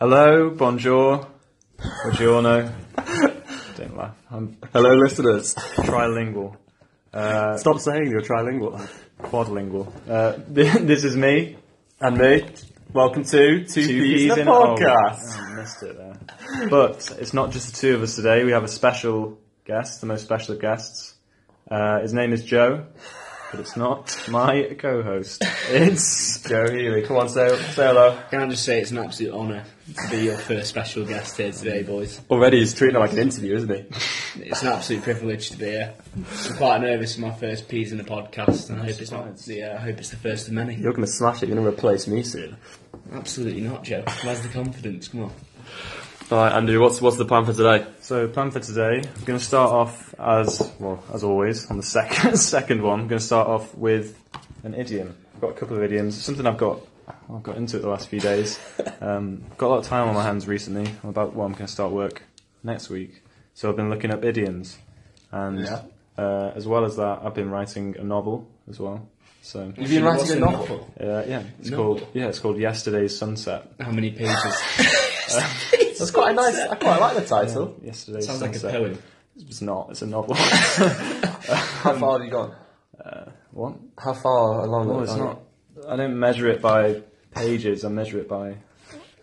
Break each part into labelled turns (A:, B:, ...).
A: Hello, bonjour, buongiorno. Don't laugh. I'm
B: Hello, listeners.
A: trilingual,
B: Stop saying you're trilingual.
A: quadlingual. Uh, this is me.
B: And me. Welcome to Two, Peas in a
A: O.
B: Podcast.
A: Oh, I missed it there. But it's not just the two of us today. We have a special guest, the most special of guests. Uh, his name is Joe, but it's not my co-host. It's
B: Joe Healy, come on, say, say hello.
C: Can I just say it's an absolute honour to be your first special guest here today, boys.
B: Already he's treating it like an interview, isn't he?
C: It's an absolute privilege to be here. I'm quite nervous for my first peas in a podcast, and I hope it's not the. Uh, I hope it's the first of many.
B: You're going to smash it, you're going to replace me soon.
C: Absolutely not, Joe. Where's the confidence? Come on.
B: Alright, Andrew, what's, what's the plan for today?
A: So, plan for today, I'm going to start off as well as always on the second second one. I'm going to start off with an idiom. I've got a couple of idioms. Something I've got I've got into it the last few days. Um, got a lot of time on my hands recently. I'm about well, I'm going to start work next week. So I've been looking up idioms, and
B: Yeah.
A: uh, as well as that, I've been writing a novel as well. So
B: You've been writing
C: What's
B: a novel?
A: uh, yeah, it's
C: Novel?
A: called yeah, it's called Yesterday's Sunset.
C: How many pages?
B: That's quite a nice, I quite like the title.
A: Yesterday's
C: Oh. Sounds like a
A: sunset.
C: poem.
A: It's not. It's a novel.
B: How far have you gone?
A: what?
B: How far along
A: Well,
B: are
A: it's
B: you?
A: not. I don't measure it by pages. I measure it by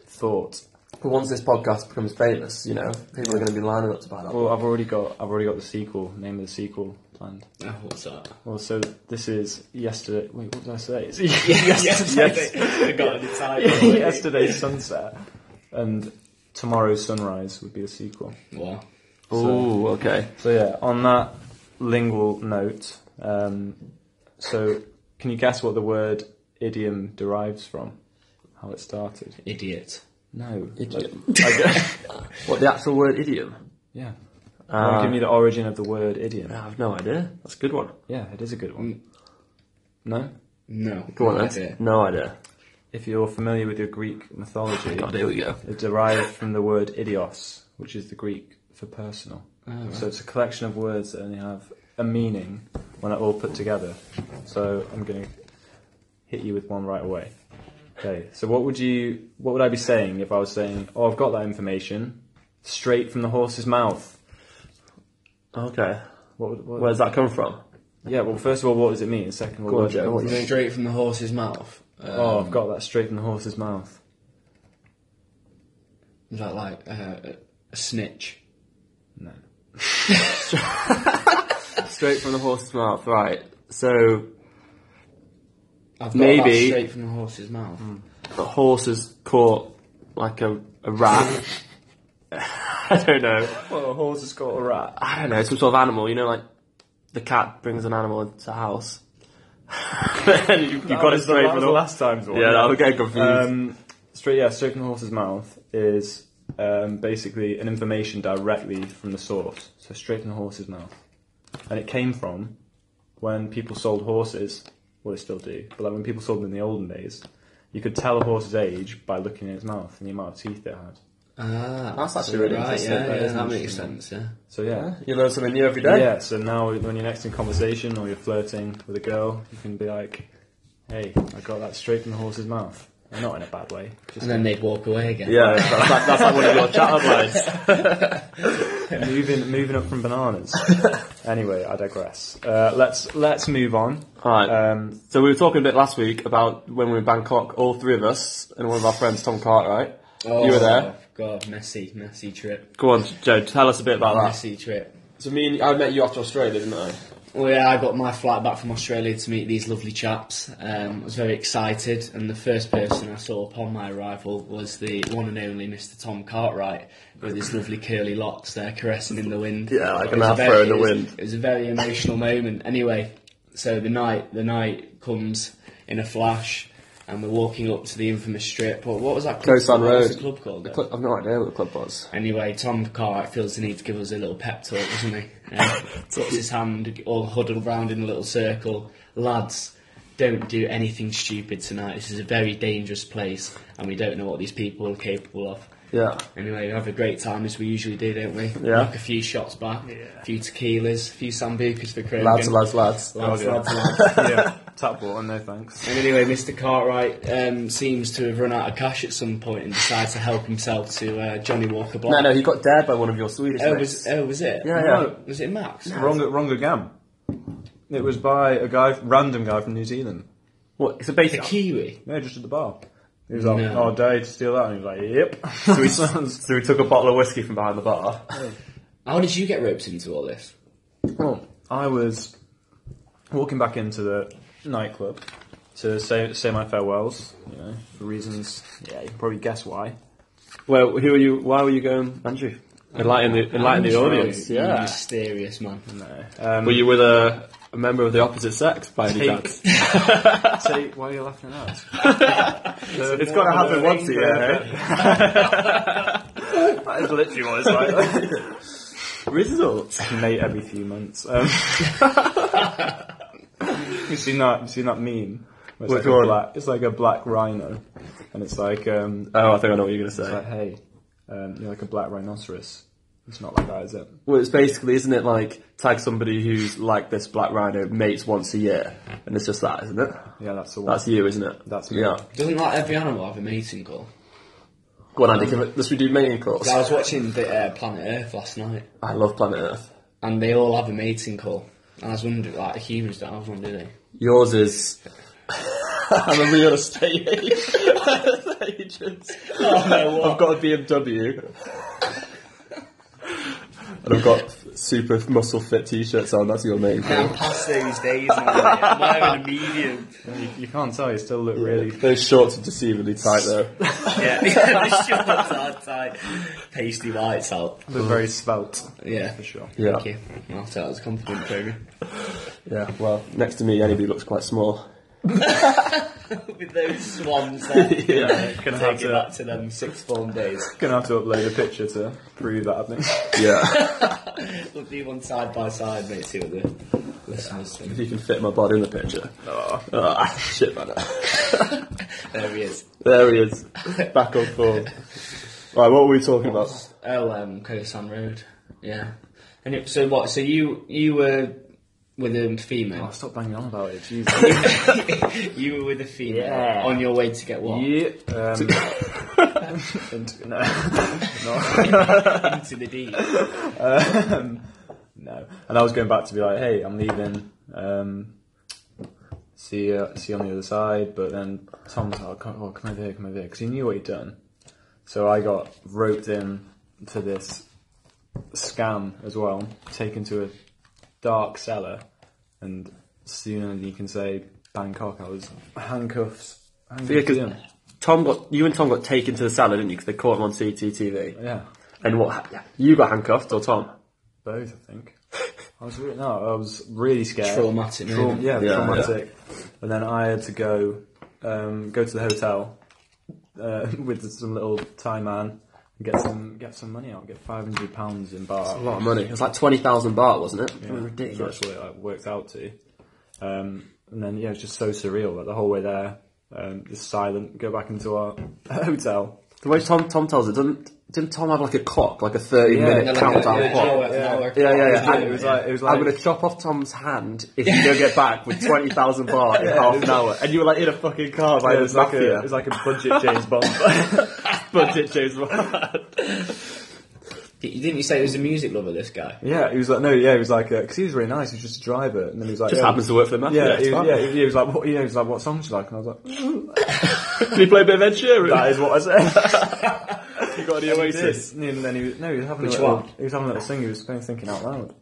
A: thought.
B: But once this podcast becomes famous, you know, people are going to be lining up to buy that.
A: Well, I've already got. I've already got the sequel. Name of the sequel planned.
C: Oh, what's that?
A: Well, so this is yesterday. Wait, what did I say? It's
C: Yesterday. I got the title.
A: yesterday's sunset, and tomorrow's sunrise would be the sequel.
C: Wow.
B: Ooh, okay.
A: So yeah, on that lingual note, um, so can you guess what the word idiom derives from? How it started?
C: Idiot.
A: No.
B: Idiom.
A: Like- I guess-
B: What, the actual word idiom?
A: yeah. Uh,
B: Ah.
A: Wanna give me the origin of the word idiom.
B: I have no idea. That's a good one.
A: Yeah, it is a good one. Mm. No?
C: No.
B: Go on,
C: no
B: that's
C: idea.
B: No idea.
A: If you're familiar with your Greek mythology,
B: God, here we go.
A: it derived from the word idios, which is the Greek for personal. So it's a collection of words that only have a meaning when they're all put together. So I'm going to hit you with one right away. Okay, so what would you, what would I be saying if I was saying, oh, I've got that information straight from the horse's mouth?
B: Okay.
A: What would, what,
B: Where does that come from?
A: yeah, well, first of all, what does it mean? Second of all,
B: Go on,
A: what-
B: Joe, what do you think?
C: Straight from the horse's mouth. Um,
A: Oh, I've got that straight from the horse's mouth.
C: Is that like uh, a snitch?
A: No.
B: Straight from the horse's mouth, right. So,
C: I've got
B: Maybe.
C: that straight from the horse's mouth.
B: the horse has caught, like, a, a rat. I don't know.
A: Well, a horse has got a rat.
B: I don't know, some sort of animal. You know, like, the cat brings an animal into the house. and you, you got it straight from the horse.
A: last time's one.
B: Yeah, that was getting confused.
A: Um, straight, yeah, straight from the horse's mouth is um, basically an information directly from the source. So straight from the horse's mouth, and it came from when people sold horses. Well, they still do, but like when people sold them in the olden days, you could tell a horse's age by looking in its mouth and the amount of teeth it had.
C: Ah,
B: Um, That's actually really
C: right,
B: interesting.
C: Yeah,
B: That
C: yeah,
B: is
C: that makes sense. Yeah.
A: So yeah.
B: you learn something new every
A: yeah.
B: day.
A: so now when you're next in conversation or you're flirting with a girl, you can be like, "Hey, I got that straight from the horse's mouth." And Not in a bad way. Just
C: And then they'd walk away again.
B: Yeah, that's, like, that's like one of your chat lines.
A: moving moving up from bananas. anyway, I digress. Uh, let's let's move on.
B: Alright,
A: Um,
B: so we were talking a bit last week about when we were in Bangkok, all three of us, and one of our friends, Tom Cartwright.
C: Oh,
B: You were there.
C: God, messy, messy trip.
B: Go on, Joe, tell us a bit about that.
C: Messy trip.
B: So me and I met you after Australia, didn't I?
C: Well, yeah, I got my flight back from Australia to meet these lovely chaps. Um, I was very excited, and the first person I saw upon my arrival was the one and only Mr. Tom Cartwright with his lovely curly locks there caressing in the wind.
B: Yeah, like
C: It
B: an
C: was a
B: afro
C: very-
B: in the
C: it was-
B: wind.
C: It was a very emotional moment. Anyway, so the night the night comes in a flash, and we're walking up to the infamous strip. What, what was that? club
B: Koh San
C: called? What was
B: Road.
C: the club called? though?
B: I've no idea what the club was.
C: Anyway, Tom Cartwright feels the need to give us a little pep talk, doesn't he? Um, puts his hand all huddled round in a little circle. Lads, don't do anything stupid tonight. This is a very dangerous place, and we don't know what these people are capable of.
B: Yeah.
C: Anyway, we have a great time as we usually do, don't we?
B: Yeah.
C: Knock a few shots back,
D: Yeah.
C: a few tequilas, a few sambucas for Craig.
B: Lads, lads, lads.
C: Lads,
A: Oh, yeah.
C: lads, lads.
A: yeah, tap water, no thanks.
C: And anyway, Mr. Cartwright um, seems to have run out of cash at some point and decides to help himself to uh, Johnny Walker Black.
B: No, no, he got dared by one of your Swedish
C: Oh,
B: mates.
C: was, oh, was it?
B: Yeah,
C: no. Was it Max?
A: Wrong, wrong again. It was by a guy, random guy from New Zealand.
B: What? It's a
C: The
B: basic.
C: Kiwi.
A: No, just at the bar. He was
C: No.
A: like, "Oh, Dave, to steal that," and he was like, "Yep."
B: so, we, so we took a bottle of whiskey from behind the bar.
C: How did you get roped into all this?
A: Well, I was walking back into the nightclub to say say my farewells, you know, for reasons. Yeah, you can probably guess why.
B: Well, who are you? Why were you going, Andrew? Enlighten the enlighten the
C: Andrew,
B: audience.
C: you
B: Yeah.
C: mysterious man.
A: No. Um,
B: Were you with a, a member of the opposite sex by any
A: Take-
B: chance?
A: say why are you laughing at us?
B: It's got to happen once a year. eh?
A: That is literally what it's like.
B: Results.
A: Mate, every few months. Um, you seen that? You seen that meme? Where It's like,
B: Which
A: a
B: one?
A: black, it's like a black rhino, and it's like um,
B: Oh, I think I know what you're going to
A: It's
B: say.
A: like, hey, um, you're like a black rhinoceros. It's not like that, is it?
B: Well, it's basically, isn't it like tag somebody who's like this black rhino mates once a year, and it's just that, isn't it?
A: Yeah, that's the one.
B: That's you, isn't it?
A: That's me.
B: yeah.
C: Doesn't like every animal have a mating call?
B: Go on, Andy. Give it. Let's redo mating calls.
C: I was watching the uh, Planet Earth last night,
B: I love Planet Earth.
C: and they all have a mating call. And I was wondering, like, humans don't have one, do they?
B: Yours is. I'm a real estate agent. Oh, I've got a BMW. and I've got super muscle fit t-shirts on. That's your main thing.
C: I'm past those days now. mate. I'm wearing a medium.
A: You, you can't tell. You still look really.
B: Those shorts are deceivingly tight though.
C: Yeah, the shorts are tight. Pasty whites out.
A: Look very svelte
C: Yeah.
A: for sure.
B: Yeah.
C: Thank you. I'll take that as a compliment, Craig.
B: Yeah. Well, next to me, anybody looks quite small.
C: With those swans there.
A: Yeah, gonna have
C: Take it
A: to
C: back to them six form days.
A: gonna have to upload a picture to prove that. I think
B: Yeah.
C: We'll do one side by side, mate, see what the listeners think.
B: if you can fit my body in the picture.
A: Oh,
B: Ah, shit, man.
C: There he is.
B: There he is. Back on form. Right, what were we talking about?
C: Oh, um, Kosan Road. Yeah. And it, so what? So you you were with a female.
A: stop banging on about it. Jesus.
C: You were with a female
A: Yeah.
C: on your way to get what?
A: yeah. Um, and- no,
C: Into the deep.
A: Um, no. And I was going back to be like, hey, I'm leaving. Um, see, you, see you on the other side. But then Tom was like, oh, come over here, come over here, because he knew what he'd done. So I got roped in to this scam as well, taken to a dark cellar, and sooner than you can say Bangkok, I was handcuffed.
B: Yeah,
A: handcuffed
B: 'cause
A: in.
B: Tom got you and Tom got taken to the cellar, didn't you? Because they caught him on CCTV.
A: yeah,
B: And what? ha- You got handcuffed or Tom?
A: both I think. I was really, no, I was really scared.
C: Traumatic
A: Traum-
C: moment.
A: yeah,
B: Yeah,
A: traumatic. And then I had to go um, go to the hotel uh, with some little Thai man and get some get some money out, get five hundred pounds in bar.
B: A lot of money. It was like twenty thousand baht, wasn't it? It was
A: That's what it like, worked out to. Um, and then yeah, it's just so surreal. Like the whole way there, um, just silent. Go back into our hotel.
B: The way Tom Tom tells it, didn't didn't Tom have like a clock, like a thirty
A: Yeah,
B: minute
A: like
B: countdown
A: yeah,
B: clock?
A: yeah, yeah.
B: Yeah, yeah, yeah.
A: It was like it was like
B: I'm gonna chop off Tom's hand if you don't get back with twenty thousand baht in half an hour. And you were like in a fucking car by
A: it
B: the
A: was like a
B: mafia.
A: it was like a budget James Bond.
B: budget James Bond.
C: You- Didn't you say it was a music lover, this guy?
A: yeah, he was like no, yeah, he was like because he was really nice. He was just a driver, and then he was like
B: Just
A: yeah,
B: happens to work for the mafia.
A: Yeah,
B: it's
A: he was,
B: fine.
A: yeah, he was like, what, yeah, he was like, what song do you like? And I was like,
B: Can you play a bit of Ed Sheeran?
A: that is what I said.
B: you got the Oasis.
A: And then he was, no, he was having
C: Which
A: a little,
C: one?
A: he was having a little thing. He was playing thinking out loud.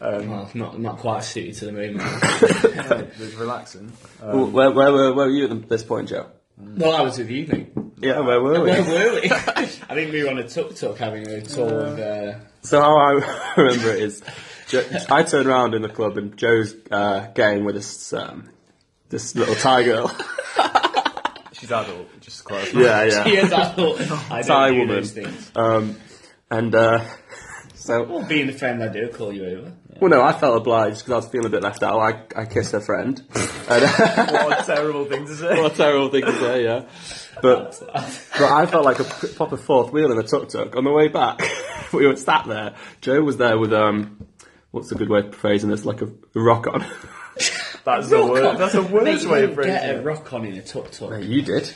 C: Well, not not quite suited to the moment.
A: Yeah, it was relaxing. Uh,
B: Well, Um, where, where, were- where were you at this point, Joe?
C: well, I was with you, mate.
B: Yeah, where were
C: Where were we? I think we were on a tuk tuk having a tour of. Uh,
B: So how I remember it is, Jo- I turn around in the club and Joe's uh, getting with this um, this little Thai girl.
A: she's adult, just close.
B: yeah, yeah.
C: yes, I thought
B: Thai
C: I don't do
B: woman.
C: those things.
B: Um, and uh, So,
C: Well, being the friend I do, call you over.
B: well, no, I felt obliged because I was feeling a bit left out. I, I kissed her friend. And-
A: What a terrible thing to say.
B: what a terrible thing to say, yeah. But but I felt like a p- proper fourth wheel in a tuk tuk on the way back. we were sat there. Joe was there with um, what's a good way of phrasing this? Like a rock on.
A: That's the word. That's the
C: Mate,
A: worst
C: you
A: way of
C: don't
A: phrasing
C: get a
A: it.
C: rock on in a tuk tuk.
B: you did.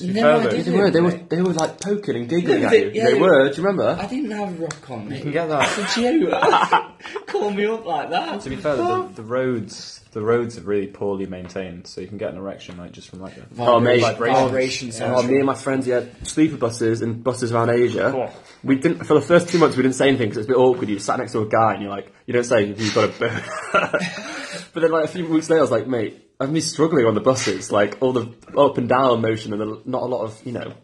C: No,
A: fair,
C: I
A: though.
C: didn't.
B: They were. They were.
C: mate.
B: They were like poking and giggling
C: No,
B: at
C: they-
B: you.
C: yeah,
B: they
C: yeah.
B: were. Do you remember?
C: I didn't have a rock on, mate.
A: You can get that.
C: Did you call me up like that?
A: To be fair, the, the roads the roads are really poorly maintained, so you can get an erection like just from like a
B: Oh, mate.
A: Vibrations.
C: Vibrations.
B: Oh, me and my friends, yeah, sleeper buses and buses around Asia.
A: Cool.
B: We didn't for the first two months. We didn't say anything because it's a bit awkward. You sat next to a guy and you're like, you don't say if you've got a boner. but then, like a few weeks later, I was like, mate, I've been struggling on the buses, like all the up and down motion and the, not a lot of you know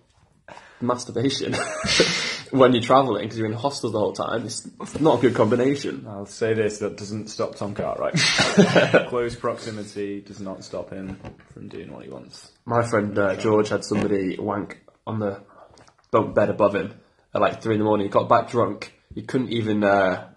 B: masturbation when you're traveling because you're in hostels the whole time. It's not a good combination.
A: I'll say this: that doesn't stop Tom Cartwright. Close proximity does not stop him from doing what he wants.
B: My friend uh, George had somebody wank on the bunk bed above him at like three in the morning. He got back drunk. He couldn't even, uh,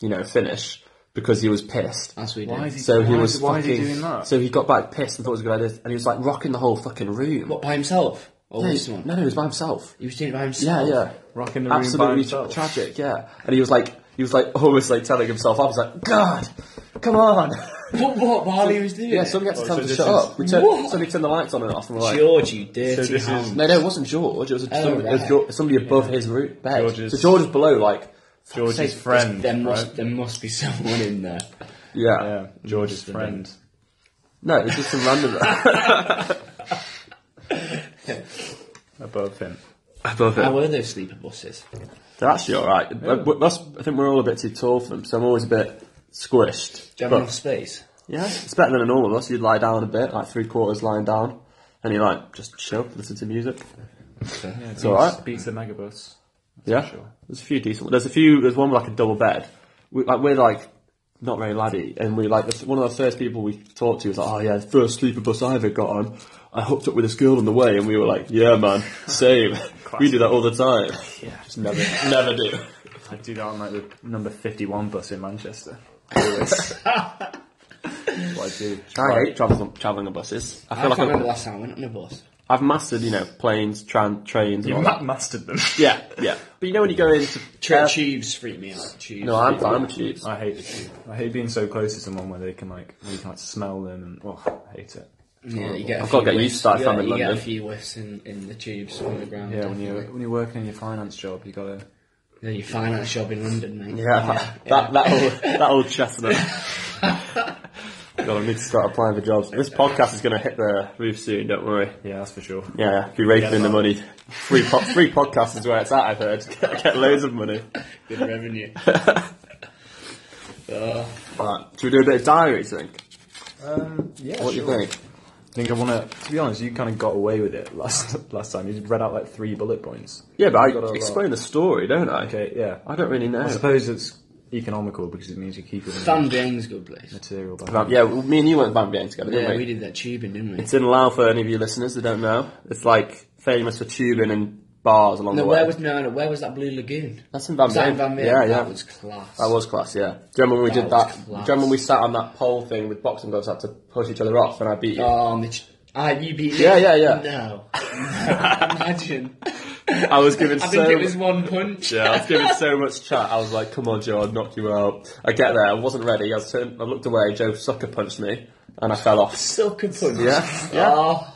B: you know, finish because he was pissed.
C: As we
A: Why
C: do.
A: is he-
B: So he
A: why-
B: was
A: why is
B: fucking.
A: he doing that?
B: So he got back pissed and thought it was a good idea, and he was like rocking the whole fucking room.
C: What, by himself? Or
B: No,
C: with
B: he-
C: someone?
B: no, no, he was by himself.
C: He was doing it by
B: Yeah,
C: himself.
B: yeah,
A: Rocking the room by
B: Absolutely
A: himself.
B: tra- tragic. Yeah, and he was like, he was like almost like telling himself up. He's like, God, come on.
C: But what, while he was doing
B: yeah,
C: it?
B: somebody had to
A: Oh,
B: tell
A: so
B: him to
A: this
B: shut
A: is-
B: up. We turned,
C: What?
B: somebody turned the lights on and off, and we're like,
C: George, you dirty
A: So this
C: hound.
A: is-
B: No, no, it wasn't George. It was,
C: Oh,
B: somebody, it was
C: right.
B: Geor- somebody above his root bed.
A: George's-
B: so George was below, like,
A: George's
B: Say,
A: friend.
C: There must,
A: right?
C: there must be someone in there.
B: yeah.
A: Yeah, George's friend.
B: No, it was just some random
A: Above him.
B: above
C: How
B: it.
C: were those sleeper buses?
B: They're actually all right. But That's, I think we're all a bit too tall for them, so I'm always a bit squished.
C: Do you have
B: But-
C: enough space?
B: yeah, it's better than a normal bus. You'd lie down a bit, like three quarters lying down, and you like just chill, listen to music.
A: It's
B: alright.
A: Beats the megabus.
B: yeah,
A: sure.
B: there's a few decent. There's a few. There's one with like a double bed. We, like we're like not very laddie, and we like the, one of the first people we talked to was like, oh yeah, the first sleeper bus I ever got on. I hooked up with this girl on the way, and we were like, yeah man, same. we do that all the time.
A: Yeah.
B: Just never, never do.
A: I do that on like the number fifty-one bus in Manchester. That's what I do.
B: I hate traveling traveling on buses. I
C: I,
B: feel
C: can't
B: like
C: remember
B: I've,
C: the last time I went on a bus.
B: I've mastered, you know, planes, tran, trains, and
A: You
B: all
A: ma-
B: that.
A: mastered them.
B: Yeah, yeah. But you know when you go into
C: Tre- tubes freak me out. Tubes.
B: no, I'm I'm a cheap.
A: I hate the tube. I hate being so close to someone where they can like where you can like smell them and oh, I hate it.
C: yeah, you get a
B: I've got to
C: few
B: get used
C: whiffs.
B: to that if
C: Yeah,
B: I'm in
C: you get
B: London.
C: a few whiffs in, in the tubes on the ground.
A: Yeah, when you
C: definitely.
A: when you're working in your finance job, you gotta.
C: Yeah, your finance job in London, mate.
B: Yeah, that that old that old chestnut. God, I need to start applying for jobs. This podcast is going to hit the roof soon. Don't worry.
A: Yeah, that's for sure.
B: Yeah, be raking
A: Yeah,
B: in the
A: man.
B: money. Free po- free podcast is where it's at. I've heard. Get, get loads of money.
C: Good revenue. Uh,
B: Right. Should we do a bit of diaries? I Think.
A: Um, yeah.
B: What do you think?
A: I think I want to. To be honest, you kind of got away with it last last time. You read out like three bullet points.
B: Yeah, but
C: uh,
A: Got a lot.
B: I explain the story, don't I?
A: Okay, yeah.
B: I don't really know.
A: I suppose it's economical because it means you keep it in
C: Van Jane's good place.
A: material. back.
B: Van- yeah, well, me and you went Van Bien together, didn't
C: Yeah,
B: we?
C: we did that tubing, didn't we?
B: It's in Laos for any of you listeners that don't know. It's like famous for tubing and bars along
C: No,
B: the way.
C: where was no, no, where was that Blue Lagoon?
B: That's in Van
C: Was that in
B: Bien.
C: Van Bien?
B: Yeah, yeah.
C: That was class.
B: That was class, yeah. Do you remember when we
C: That
B: did
C: was
B: that? Do you
C: class.
B: remember when we sat on that pole thing with boxing gloves, had to push each other off, and I beat you?
C: Oh, Mitch. Ah, you beat me.
B: Yeah, yeah, yeah.
C: No. Imagine.
B: I was given
C: I
B: so.
C: think it was
B: much-
C: one punch.
B: yeah, I was given so much chat. I was like, "Come on, Joe, I'll knock you out." I get there, I wasn't ready. I was turned, I looked away. Joe sucker punched me, and I fell off.
C: Sucker punch.
B: Yeah,
C: Oh.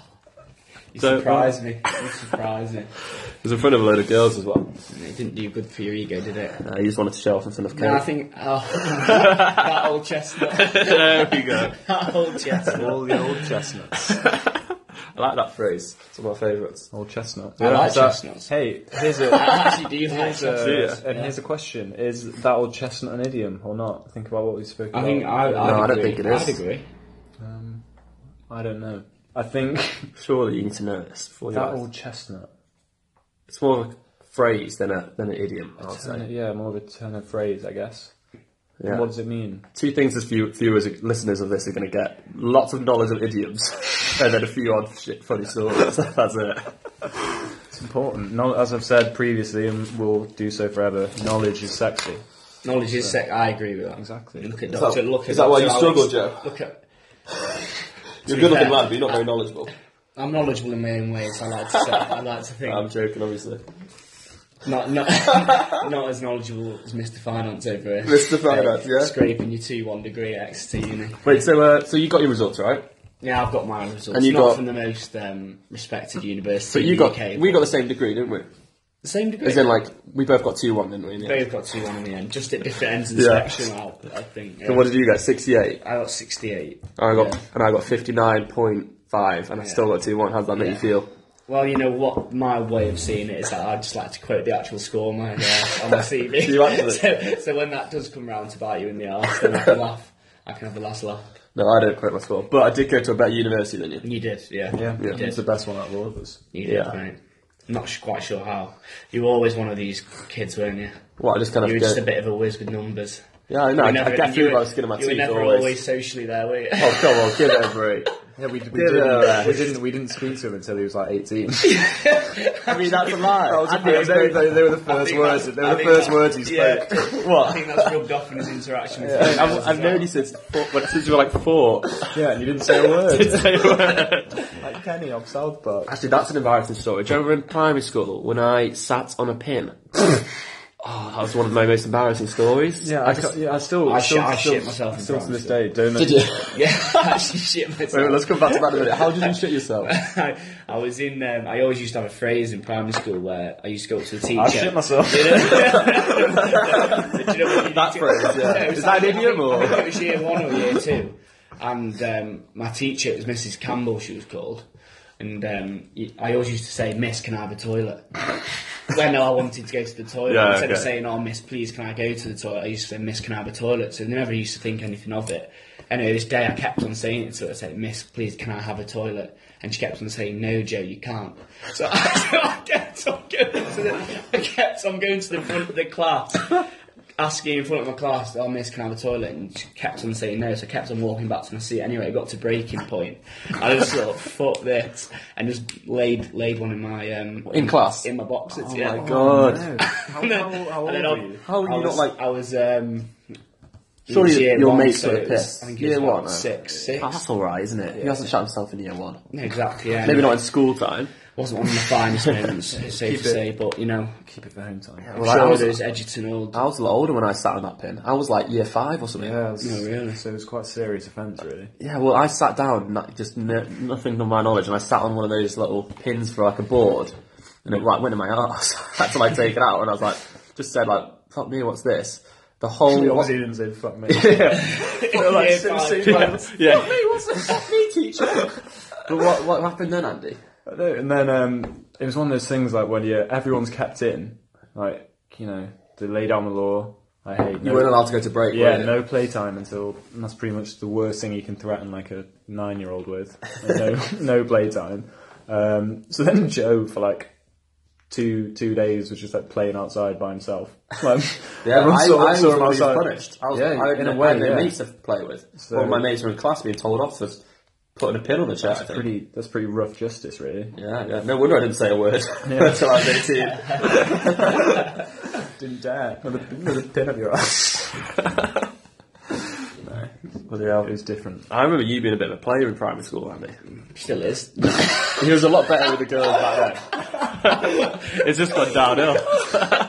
C: You
B: Don't-
C: surprised me. You surprised me.
B: It was in front of a load of girls as well.
C: It didn't do good for your ego, did it?
B: Uh, he just wanted to show off in front of Kate.
C: No, I think oh, that old chestnut.
B: there we go.
C: That old chestnut.
A: All the old chestnuts.
B: I like that phrase. It's one of my favourites.
A: Old chestnut.
C: I like
A: Is that-
C: chestnuts.
A: Hey, here's
C: I
A: a.
C: actually do like
A: Here's a,
C: chestnuts.
B: Yeah.
A: And here's a question: Is that old chestnut an idiom or not? Think about what we spoke about. Um,
C: I think I. I'd
B: I don't
C: agree.
B: think it is.
C: I'd agree.
A: I don't know. I think
B: Surely you need to know this before you
A: that
B: ask.
A: old chestnut.
B: It's more of a phrase than a than an idiom. I'll say.
A: Yeah, more of a turn of phrase, I guess.
B: Yeah.
A: What does it mean?
B: two things as few viewers listeners of this are going to get lots of knowledge of idioms and then a few odd shit funny stories that's it
A: It's important. No, as I've said previously, and will do so forever. Knowledge is sexy.
C: Knowledge is sex. I agree with that.
A: Exactly.
C: You Look at
B: Is
C: Doctor.
B: that-
C: look at
B: is that why
C: Dr.
B: you struggle,
C: Alex.
B: Joe?
C: Look at.
B: You're a
C: be
B: good looking
C: fair,
B: lad, but you're not very knowledgeable.
C: I'm knowledgeable in my own ways. I like to say. I like to think.
B: I'm joking, obviously.
C: not not not as knowledgeable as Mr. Finance over here. Uh,
B: Mr. Finance, yeah.
C: Scraping your two one degree extra uni.
B: Wait, so uh, so you got your results right?
C: Yeah, I've got my results.
B: And you
C: not
B: got-
C: from the most um, respected university.
B: So
C: in
B: you
C: the
B: got
C: UK,
B: we
C: but
B: got the same degree, didn't we?
C: the same degree.
B: As in, like we both got two one, didn't we? in the end?
C: both got two one in the end, just at different ends of the
B: Yeah.
C: spectrum. I, I think. yeah.
B: And what did you get? Sixty eight.
C: I got sixty eight.
B: I got
C: Yeah.
B: and I got fifty nine point five, and I
C: Yeah.
B: still got two one. How does that make you
C: Yeah.
B: feel?
C: Well, you know what my way of seeing it is that I just like to quote the actual score on my, uh, on my CV.
B: You actually-
C: so, so when that does come round to bite you in the arse, then I can laugh. I can have the last laugh.
B: No, I don't quit my score, but I did go to a better university than you.
C: You did, yeah.
A: Yeah,
B: Yeah.
A: it's the best one out of all of us.
C: You
B: Yeah.
C: did, mate. I'm not sh- quite sure how. You were always one of these kids, weren't you?
B: What I just kind of
C: You were
B: go-
C: just a bit of a whiz with numbers.
B: yeah, I know.
C: You
B: I,
C: were
B: I get
C: you
B: through
C: were-
B: by the skin of my
C: You were
B: teeth
C: never
B: always.
C: always socially there, were you?
B: Oh come on, give it a break.
A: Yeah, we, we,
B: it
A: didn't,
B: away.
A: we didn't. We didn't speak to him until he was like eighteen.
B: I mean, that's a lie.
A: That was a great- they, they- they were the first words. They were the first words he spoke.
C: Yeah. I
B: What?
C: think that's rubbed off in his interaction with
B: I've,
C: females as
B: I've
C: well.
B: known you since four, well, since you were like four.
A: Yeah, and you didn't say a word.
B: Actually,
A: like Kenny on South Park.
B: that's an embarrassing story. Do you remember in primary school when I sat on a pin? oh, that was one of my most embarrassing stories.
A: Yeah, I, just, yeah, I still,
C: I
A: still,
C: shit- I
A: still,
C: shit myself in
A: still to
C: primary
A: this day. Don't know.
C: Yeah, I actually shit myself.
B: Wait, let's come back to that in a minute. How did you shit yourself?
C: I, I was in. Um, I always used to have a phrase in primary school where I used to go up to the
B: Ah,
C: teacher.
A: I shit myself.
C: Do you know what you
B: That
C: do?
B: phrase, yeah.
C: it was
B: Is that an
C: I think-
B: idiom or-
C: I think it was year one or year two, and um, my teacher it was Mrs. Campbell. She was called, and um, y- I always used to say, "Miss, can I have a toilet?" when I wanted to go to the toilet,
B: Yeah,
C: instead of
B: okay.
C: saying, "Oh, Miss, please, can I go to the toilet?" I used to say, "Miss, can I have a toilet?" So they never used to think anything of it. Anyway, this day I kept on saying it to her, I said, "Miss, please, can I have a toilet?" And she kept on saying, "No, Joe, you can't." So I, so I kept on going to the, I kept on going to the front of the class, asking in front of my class, "Oh, Miss, can I have a toilet?" And she kept on saying no, so I kept on walking back to my seat. Anyway, it got to breaking point. I just thought, "Fuck this," and just laid laid one in my um,
B: In class?
C: in my box.
B: Oh
C: yeah.
B: my god.
A: How, how, how old
C: And then
A: were
C: I-
A: you?
B: How were
C: I
B: you
C: was,
B: not like-
C: I was. Um,
B: Surely
C: it was year
B: your
C: one,
B: mates
C: so
B: would
C: it
B: have
C: was-
B: pissed.
C: I think it was
B: Year
C: about
B: one, huh?
C: six,
B: Oh,
A: Ah.
C: six.
B: that's alright, isn't it? He hasn't shot himself in year one.
C: No, exactly. Yeah,
B: Maybe
C: no,
B: not in school time.
C: Wasn't one of my finest moments. It's safe
A: Keep
C: to
A: it.
C: say, but you know,
A: Keep it for home time.
C: I'm
B: Well, I
C: sure
B: was-
C: those Edgerton old.
B: I was a lot older when I sat on that pin. I was like year five or something.
A: Yeah, it was,
C: No, really.
A: So it was quite a serious offence, really.
B: Yeah, well, I sat down, not, just n- nothing of my knowledge, and I sat on one of those little pins for like a board, and it like went in my arse. I had to like take it out, and I was like, just said like, "Fuck me, what's this?" The whole
A: Obviously, he didn't say fuck me.
C: Yeah,
A: so-
C: but-
A: so-
B: yeah, yeah.
A: what's this? Fuck me, teacher.
B: But what what happened then, Andy?
A: I know, And then um, it was one of those things like when you everyone's kept in, like you know, they lay down the law. I hate
B: You weren't allowed to go to break.
A: Yeah,
B: were you?
A: no playtime until and that's pretty much the worst thing you can threaten like a nine year old with. No, no playtime. Um, so then Joe for like two two days was just like playing outside by himself. Like,
B: Yeah,
A: everyone
B: I,
A: saw-
B: I was
A: saw him
B: really
A: outside.
B: punished. I was,
A: Yeah,
B: I,
A: in
B: no-
A: a way,
B: I had no
A: yeah.
B: mates to play with.
A: So-
B: One of my mates were in class being told off for putting a pin on the chair. I think.
A: Pretty, that's pretty rough justice, really.
B: Yeah, yeah. No wonder I didn't say a word until I was eighteen.
A: Didn't dare. Another, another pin up your ass.
B: Bloody hell.
A: It was different.
B: I remember you being a bit of a player in primary school, Andy.
C: Still is.
B: He was a lot better with the girls back then. it's just gone downhill.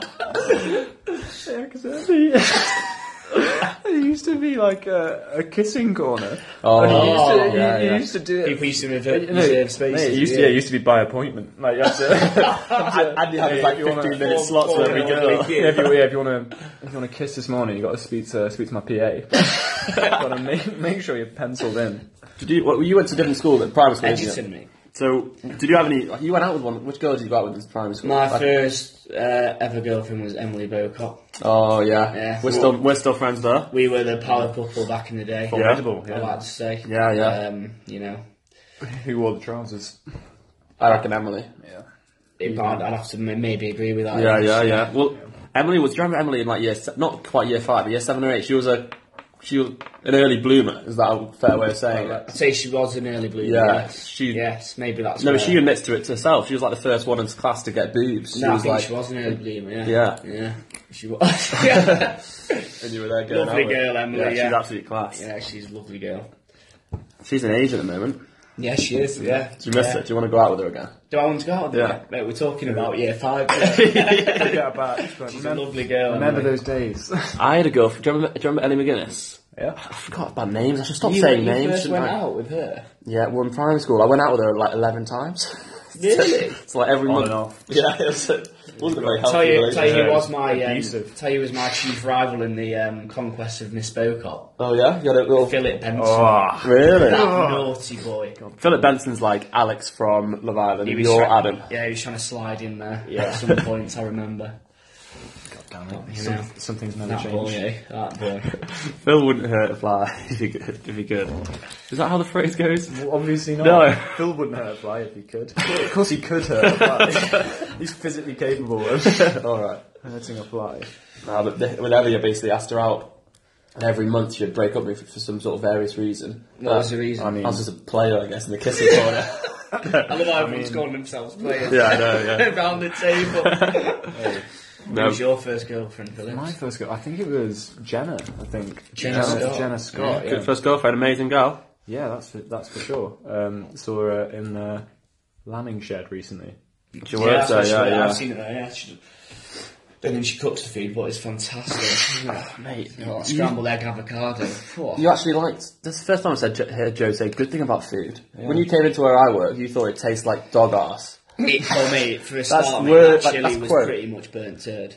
A: Yeah, because it used to be like a, a kissing corner.
B: Oh,
A: And you
C: Oh,
A: used to,
B: yeah,
A: you, you
B: yeah.
A: used to do it.
C: People used to reserve,
A: You know,
C: reserve spaces.
A: mate, it used to, yeah, it used to be by appointment. Like you have to,
B: Andy had his, like
A: you wanna-
B: 15 minute
C: Four-
B: slots
C: four
B: with every
C: minute
B: girl.
C: break.
A: yeah, if you, yeah, if you want to, if you want to kiss this morning, you got to speak to speak to my PA. got to make, make sure you're penciled in.
B: Did you, well, you went to a different school than primary school, didn't you?
C: Edgerton, mate.
B: So, did you have any, you went out with one, which girl did you go out with in primary school?
C: My
B: Like-
C: first uh, ever girlfriend was Emily Bocop.
B: Oh, yeah.
C: Yeah.
B: We're, still, we're still friends there.
C: We were the power couple back in the day.
A: Formidable,
C: I
A: yeah.
C: like to say.
B: Yeah, yeah.
C: Um, you know,
A: Who wore the trousers?
B: I reckon Emily.
A: Yeah.
C: it, I'd, I'd have to ma- maybe agree with that.
B: Yeah, yeah, yeah. Well, Emily was. Do you remember Emily in like year se- not quite year five, but year seven or eight? She was a she was an early bloomer. Is that a fair way of saying
C: I'd
B: it?
C: say she was an early bloomer.
B: Yeah,
C: yes.
B: she-
C: yes, maybe that's
B: No,
C: where-
B: but she admits to it to herself. She was like the first one in his class to get boobs. She
C: No, I
B: was
C: think
B: like,
C: she was an early bloomer. Yeah,
B: Yeah.
C: yeah, she was. yeah,
B: and you were there going
C: Lovely
B: out with-
C: girl, Emily,
B: Yeah, she's
C: yeah.
B: absolute class.
C: yeah, she's a lovely girl.
B: She's an Asian at the moment.
C: Yeah, she is. Yeah,
B: Do you miss
C: yeah.
B: it? Do you want to go out with her again?
C: Do I want to go out? there?
B: Yeah.
C: Mate, we're talking about year five.
A: Forget about it.
C: She's a
A: Remember-
C: lovely girl.
A: Remember
C: Emily.
A: those days?
B: I had a girlfriend. Do you remember, do you remember Ellie McGuinness?
A: yeah.
B: I forgot about names. I should stop
C: You,
B: saying
C: you
B: names.
C: first
B: shouldn't
C: went
B: I?
C: out with her.
B: Yeah, well, in primary school, I went out with her like eleven times.
C: Really?
B: It's like every
A: On
B: month.
A: and off.
B: Yeah, it was, it wasn't a very healthy
C: Tell you, tell you,
B: relationship.
A: Yeah,
C: was my um,
A: abusive.
C: tell you was my chief rival in the um, conquest of Miss Bocop,
B: Oh yeah, you had a little.
C: Philip Benson.
A: Oh,
B: Really?
C: That naughty boy.
B: Philip Benson's like Alex from Love Island.
C: He was
B: You're
C: try-
B: Adam.
C: Yeah, he was trying to slide in there at some points. I remember.
A: damn it.
C: You know.
A: Some, something's never
C: That boy,
A: changed.
C: eh? That boy.
B: Phil wouldn't hurt a fly if he could. If he could. Is that how the phrase goes?
A: Well, obviously not.
B: No.
A: Phil wouldn't hurt a fly if he could. of course he could hurt a fly. He's physically capable of
B: All right.
A: hurting a fly.
B: Nah, but th- whenever you basically asked her out, and every month she'd break up with you for, for some sort of various reason.
C: What was the reason?
A: I mean-
B: I was just a player, I guess, in the kissing corner.
C: I love how everyone's calling themselves players
B: yeah, I know. Yeah.
C: around the table. Who
B: No.
C: was your first girlfriend, Philip?
A: My first girl, I think it was Jenna. I think
C: Jenna Scott.
A: Jenna Scott. Yeah,
B: Good first girlfriend, amazing girl.
A: Yeah, that's for, that's for sure. Um, saw her in the lambing shed recently.
B: She
C: Yeah,
B: worked there,
C: especially-
B: yeah, yeah.
C: I've seen it there, yeah. She, and then she cooks the food, but it's fantastic.
B: Oh, Mate,
C: You know, like
B: you,
C: scrambled egg avocado. Phew.
B: you actually liked. This is the first time I said, heard Joe say good thing about food. When you came into where I work, you thought it tastes like dog ass.
C: It, for me, for a
B: That's
C: start, mate,
B: word-
C: that
B: like,
C: chili
B: that's
C: was
B: quote.
C: pretty much burnt turd.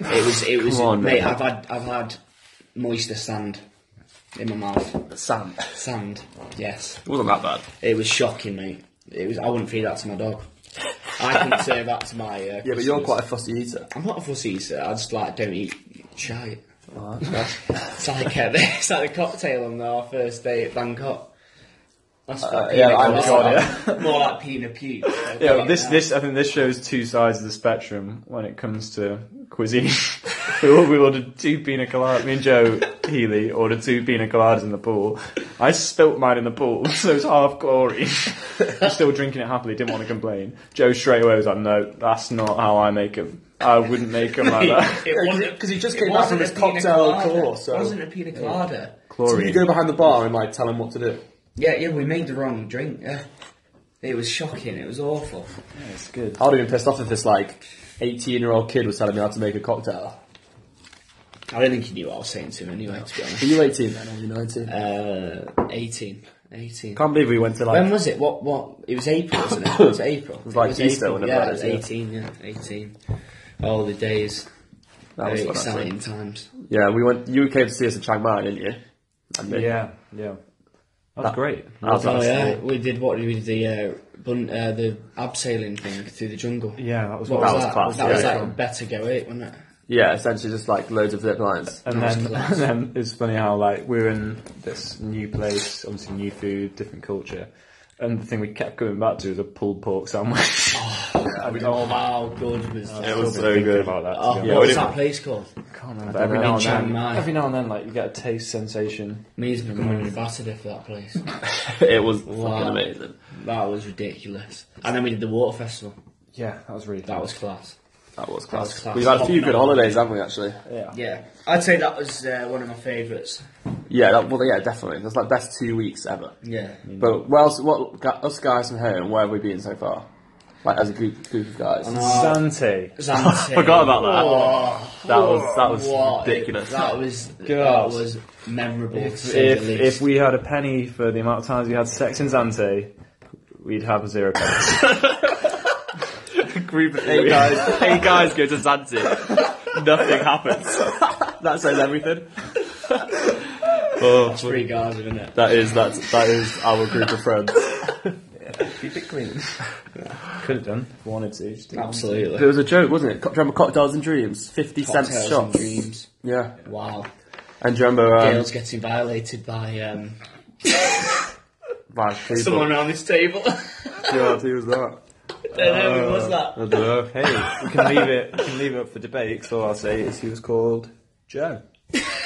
C: It was, it was,
B: Come on,
C: mate,
B: mate.
C: I've had, I've had moisture sand in my mouth.
B: Sam.
C: Sand, yes.
B: It wasn't that bad.
C: It was shocking, mate. It was, I wouldn't feed that to my dog. I couldn't serve that to my, uh,
B: Yeah, but you're quite a fussy eater.
C: I'm not a fussy eater. I just like don't eat shite.
B: Oh,
C: it's like uh, it's like the cocktail on our first day at Bangkok. That's
B: Uh,
C: fucking
B: yeah,
C: it.
B: I'm
C: That's
B: sure,
C: like- more like peeing a puke.
A: Yeah, but this this I think this shows two sides of the spectrum when it comes to cuisine. we, all- we ordered two pina coladas. Me and Joe Healy ordered two pina coladas in the pool. I spilt mine in the pool, so it's half glory. I'm still drinking it happily. Didn't want to complain. Joe straight away was like, "No, that's not how I make them. I wouldn't make them like that."
C: It wasn't-
B: Because he just
C: it
B: came back from
C: wasn't
B: his
C: a pina
B: cocktail
C: colada.
B: course, so-
C: It wasn't a pina colada.
B: So you
A: Chlorine.
B: go behind the bar and like tell him what to do.
C: Yeah, yeah, we made the wrong drink. Yeah. It was shocking. It was awful.
A: Yeah, it's good.
B: I would have been pissed off if this like 18 year old kid was telling me how to make a cocktail.
C: I don't think he knew what I was saying to him anyway. To be
B: Are you 18 then? Are you 19?
C: honest, uh, eighteen. 18.
B: Can't believe we went to like.
C: When was it? What? What? It was April, wasn't it? It was April. It
B: was like Easter
C: April.
B: whenever
C: Yeah,
B: that
C: it was
B: is, yeah.
C: eighteen. Yeah, eighteen. Oh, the days.
B: that was
C: Very
B: fun, actually.
C: exciting times.
B: Yeah, we went. You came to see us in Chiang Mai, didn't you? And me.
A: Yeah, yeah. That's
B: That-
A: great.
B: That was
C: Oh
B: nice.
C: yeah, we did what we did the uh, bun, uh, the abseiling thing through the jungle.
A: Yeah, that was
C: What
A: what
C: was
B: was
C: that?
B: class,
C: That was
B: yeah.
C: like a better go eight, wasn't it?
B: Yeah, essentially just like loads of zip lines.
A: And
C: Nice
A: then,
C: class.
A: and then it's funny how like we were in this new place, obviously new food, different culture, and the thing we kept going back to was a pulled pork sandwich. I mean, oh, my-
C: How good was that?
A: I've
B: was
A: still been
B: so
A: thinking
B: good.
A: about that. to
C: Oh,
A: be
B: yeah,
C: what
B: we
A: honest.
C: was
B: didn't-
C: that place called?
A: I can't remember. Every
B: In
A: now, and
C: Chiang
A: then,
C: Mai.
A: every now and then, like you get a taste sensation.
C: Me to become
A: Mm.
C: an ambassador for that place.
B: it was
C: Wow.
B: fucking amazing.
C: that was ridiculous. And then we did the water festival.
A: Yeah, that was really.
C: That was class.
B: That was
C: was
B: class.
C: class.
B: We've had a few
C: Oh,
B: good
C: no.
B: holidays, haven't we? Actually.
A: yeah.
C: Yeah, I'd say that was uh, one of my favourites.
B: Yeah. That, well, yeah, definitely. That's like best two weeks ever.
C: Yeah.
B: But what else? What gu- us guys from home? Where have we been so far? Like as a group, group of guys.
A: Sante.
C: Zante.
B: Forgot about that.
C: Oh,
B: That was that was
C: what-
B: ridiculous.
C: That was
A: God.
C: that was memorable. to say
A: If
C: the least.
A: if we had a penny for the amount of times we had sex in Zante, we'd have zero pennies.
B: group of eight guys. Eight guys go to Zanzibar. Nothing happens. that says everything. oh,
C: three guys, isn't it?
B: that is that's that is our group of friends.
A: Keep it clean. Could have done. if Wanted to. Just didn't.
B: There
C: Absolutely.
B: was a joke, wasn't it? Co- do you remember cocktails and dreams, fifty cent
C: Cocktails and
B: shots.
C: dreams.
B: Yeah,
C: Wow.
B: and do you remember um,
C: Girls getting violated by um,
B: bad people?
C: someone around this table.
B: God, who was that?
C: I don't know who was that.
B: I don't know. Hey,
A: We can leave it. We can leave it up for debate. 'cause all I'll say is he was called Joe.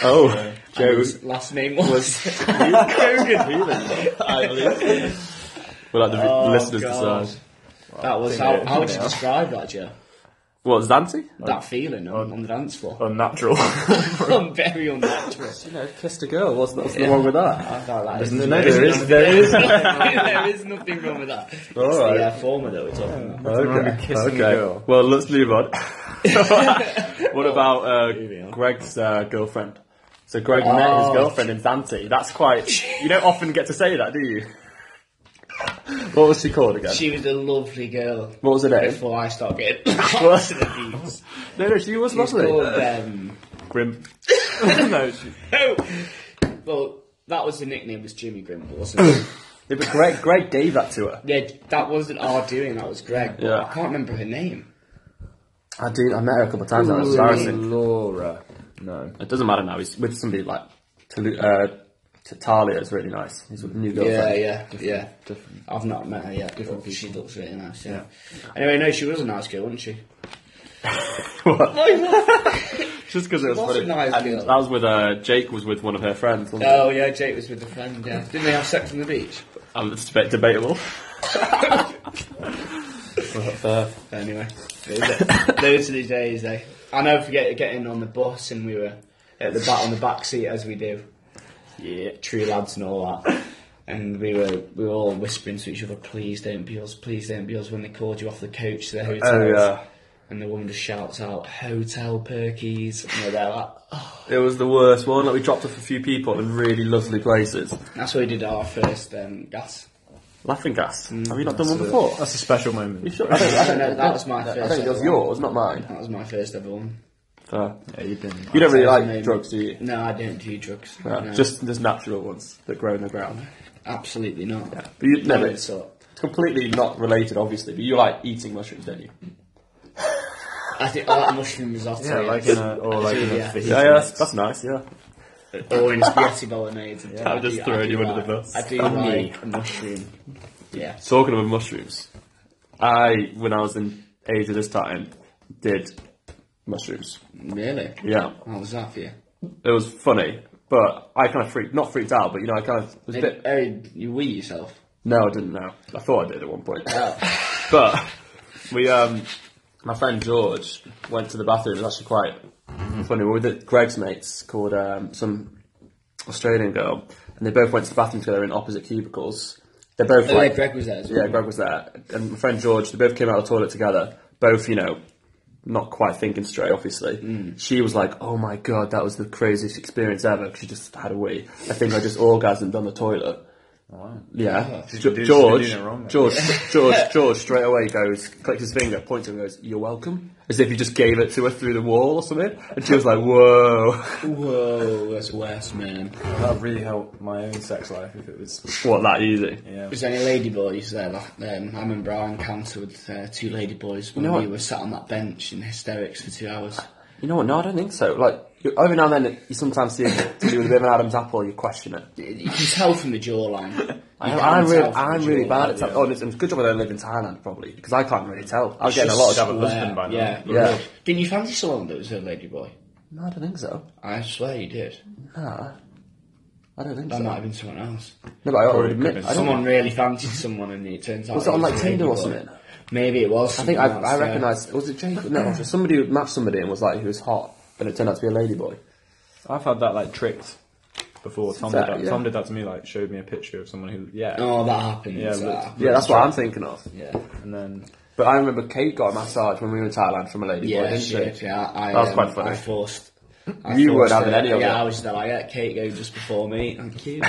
B: Oh,
C: And
B: Joe.
C: his last name was.
B: I believe. We'll let the
C: Oh,
B: listeners
C: God.
B: decide.
C: that was
A: think
C: how,
A: it-
C: how would you
A: yeah.
C: describe that, Joe?
B: What, Zanti?
C: That feeling on, on the dance floor.
A: Unnatural.
C: I'm very unnatural.
B: You know, kissed a girl. What's, what's the wrong with that?
C: I felt like
A: no, there is. There is.
C: there is nothing wrong with that. It's
B: Alright.
C: the uh, former that we're talking about.
A: wrong with
B: Okay.
A: kissing a
B: okay.
A: girl?
B: Well, let's move on. what about
C: Moving
B: uh,
C: on.
B: Greg's uh, girlfriend? So Greg met his
C: Oh.
B: girlfriend in Zanti. That's quite. You don't often get to say that, do you? What was she called again?
C: She was a lovely girl.
B: what was her name?
C: Before I start getting to the beats.
B: No, no, she was
C: It's called,
B: lovely.
C: um,
B: Grim.
A: no, she-
C: oh, well, that was the nickname was Jimmy Grimble, wasn't it?
B: Yeah, but Greg, Greg gave that to her.
C: yeah, that wasn't our doing, that was Greg. But
B: Yeah.
C: I can't remember her name.
B: I do. I met her a couple of times. That was embarrassing.
A: Laura. No.
B: It doesn't matter now. He's with somebody like Tolu- uh, T- Talia is really nice. He's with a new
C: Yeah,
B: girlfriend.
C: yeah, yeah.
A: Different.
C: I've not met her yet, but she looks really nice, yeah. Anyway, no, she was a nice girl, wasn't she?
B: Just because it was
C: What's
B: funny.
C: a nice
B: And
C: girl?
B: That was with uh, Jake was with one of her friends. Wasn't it?
C: Oh, yeah, Jake was with a friend, yeah. Didn't they have sex on the beach?
B: Um, it's a bit debatable. But, uh,
C: Anyway, those are- those are the days, eh? I never forget getting on the bus and we were at the back on the back seat as we do. Yeah, tree lads and all that. And we were we were all whispering to each other, please don't be us, please don't be us when they called you off the coach to the hotel.
B: oh yeah,
C: And the woman just shouts out, Hotel Perkies and we're there like oh.
B: it was the worst one. Like we dropped off a few people in really lovely places.
C: That's where we did our first um, gas.
B: Laughing gas. Have you not done one
A: That's a-
B: before?
A: That's a special moment.
B: You sure? I don't, I
C: I
B: don't,
C: don't know, that was my
B: I
C: first
B: don't think it was
C: ever
B: yours, not mine.
C: one. That was my first ever one.
B: Fair.
A: Yeah, you've been.
B: You don't really
C: I'd say
B: like
C: maybe-
B: drugs, do you?
C: No, I don't do drugs.
B: No,
C: No,
B: Just just natural ones that grow in the ground.
C: absolutely not.
B: But you
C: No,
B: never.
C: it's not.
B: completely not related, obviously, but you like eating mushrooms, don't you?
C: I think I like mushroom risotto.
A: Yeah, like in a or like in a
C: Yeah.
A: fajita
B: Yeah, yeah, that's,
A: mix.
B: that's nice. Yeah,
C: or in spaghetti bolognese.
B: Yeah, I'm
C: I do-
B: just
C: I
B: throwing
C: do
B: you under
C: like-
B: the bus.
C: I do
B: Funny.
C: like mushroom. Yeah.
B: talking about mushrooms, I when I was in Asia this time did mushrooms.
C: Really?
B: Yeah,
C: How was that for you?
B: it was funny, but I kind of freaked not freaked out, but you know, I kind of was a bit.
C: Hey, you wee yourself.
B: No, I didn't know. I thought I did at one point, but we um. My friend George went to the bathroom. It was actually quite funny. We were with Greg's mates called um, some Australian girl, and they both went to the bathroom together in opposite cubicles. They're both
C: Oh, yeah,
B: like
C: Greg was there as well.
B: Yeah, Greg was there, and my friend George. They both came out of the toilet together. Both, you know, not quite thinking straight. Obviously, she was like, "Oh my god, that was the craziest experience ever." 'cause She just had a wee. I think I just orgasmed on the toilet. Yeah,
A: She's
B: Jo-
A: been doing- she's been
B: George,
A: doing it wrong then.
B: George, George, George, straight away goes, clicks his finger, points at her, and goes, "You're welcome," as if he just gave it to her through the wall or something. And she was like, "Whoa,
C: Whoa, that's worse, man.
A: That would really help my own sex life if it was.
B: what that easy?"
A: Yeah.
C: Was there any lady boys there? Like, um, I remember our encounter with uh, two lady boys when
B: know
C: we
B: what?
C: were sat on that bench in hysterics for two hours.
B: You know what? No, I don't think so. Like you- every now and then, you sometimes see it to do with a bit of an Adam's apple. You question it.
C: You can tell from the jawline.
B: I,
C: You
B: am
C: can
B: I'm,
C: tell
B: really,
C: from the
B: I'm really
C: jawline.
B: bad at. Oh, and it's, it's good job I don't live in Thailand probably because I can't really tell. I was
A: Just
B: getting a lot of.
A: have a
C: Swear,
A: husband by now.
C: Yeah,
B: Yeah.
C: yeah. Didn't you fancy someone that was a lady boy?
B: No, I don't think so.
C: I swear you did.
B: Nah, I don't think
C: That
B: so.
C: might have been someone else.
B: No, but I
A: Probably
B: would admit.
A: could've
B: I don't.
C: Someone really fancied someone and it turns out.
B: Was it on
C: was
B: like
C: a
B: Tinder or
C: lady boy.
B: something?
C: Maybe it was.
B: I think I,
C: someone else,
B: I
C: yeah.
B: recognised. Was it Jake? No, it was somebody who matched somebody and was like, "He was hot," and it turned out to be a ladyboy.
A: I've had that like tricked before. Tom
B: Fair,
A: did that.
B: yeah.
A: Tom did that to me. Like showed me a picture of someone who. Yeah.
C: Oh, that happened.
A: Yeah,
C: that
A: look.
C: happened.
B: Yeah, that's what I'm thinking of.
C: yeah.
A: And then
B: But I remember Kate got a massage when we were in Thailand from a ladyboy,
C: Yeah,
B: didn't she?
C: shit, yeah, I,
B: That was
C: um,
B: quite funny.
C: I forced. I
B: You weren't
C: forced
B: having
C: her-
B: any of
C: yeah,
B: it.
C: I was just like, yeah, Kate go just before me. Thank you.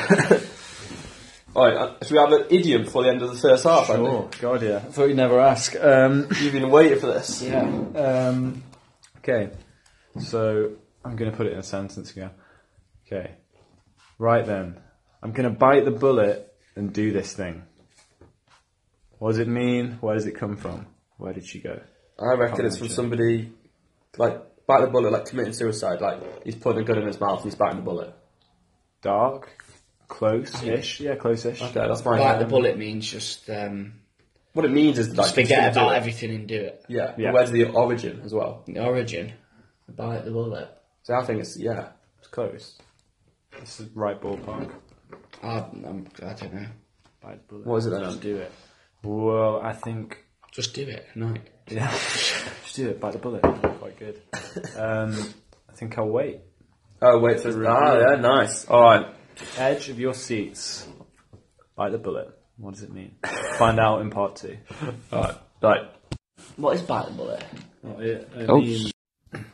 B: Alright, uh, should we have an idiom for the end of the first half? Andy?
A: Oh God, yeah. I thought you'd never ask. Um,
B: You've been waiting for this.
C: yeah.
A: um, okay, so I'm going to put it in a sentence again. Okay, right then, I'm going to bite the bullet and do this thing. What does it mean? Where does it come from? Where did she go?
B: I reckon it's from
A: Can't
B: somebody like bite the bullet, like committing suicide. Like he's putting a gun in his mouth and he's biting the bullet.
A: Dark, close-ish. Yeah, close-ish.
B: Okay, that's fine.
C: Bite the bullet means just um,
B: What it means is like
C: forget
B: do
C: about
B: it.
C: everything and do it.
B: Yeah, but
A: Yeah.
B: where's the origin as well?
C: The origin. Bite the bullet.
B: So I think it's yeah.
A: It's close. It's the right ballpark.
C: I, I'm, I don't know.
A: What
B: What is it then?
A: Just do it. Well, I think
C: Just do it. No.
A: yeah. Just do it. Bite the bullet. Quite good. Um, I think I'll wait.
B: Oh wait, for ah, yeah, nice. All right,
A: Edge of your seats. Bite the bullet. What does it mean? Find out in part two.
B: all right, right.
C: What is bite the bullet?
A: oh.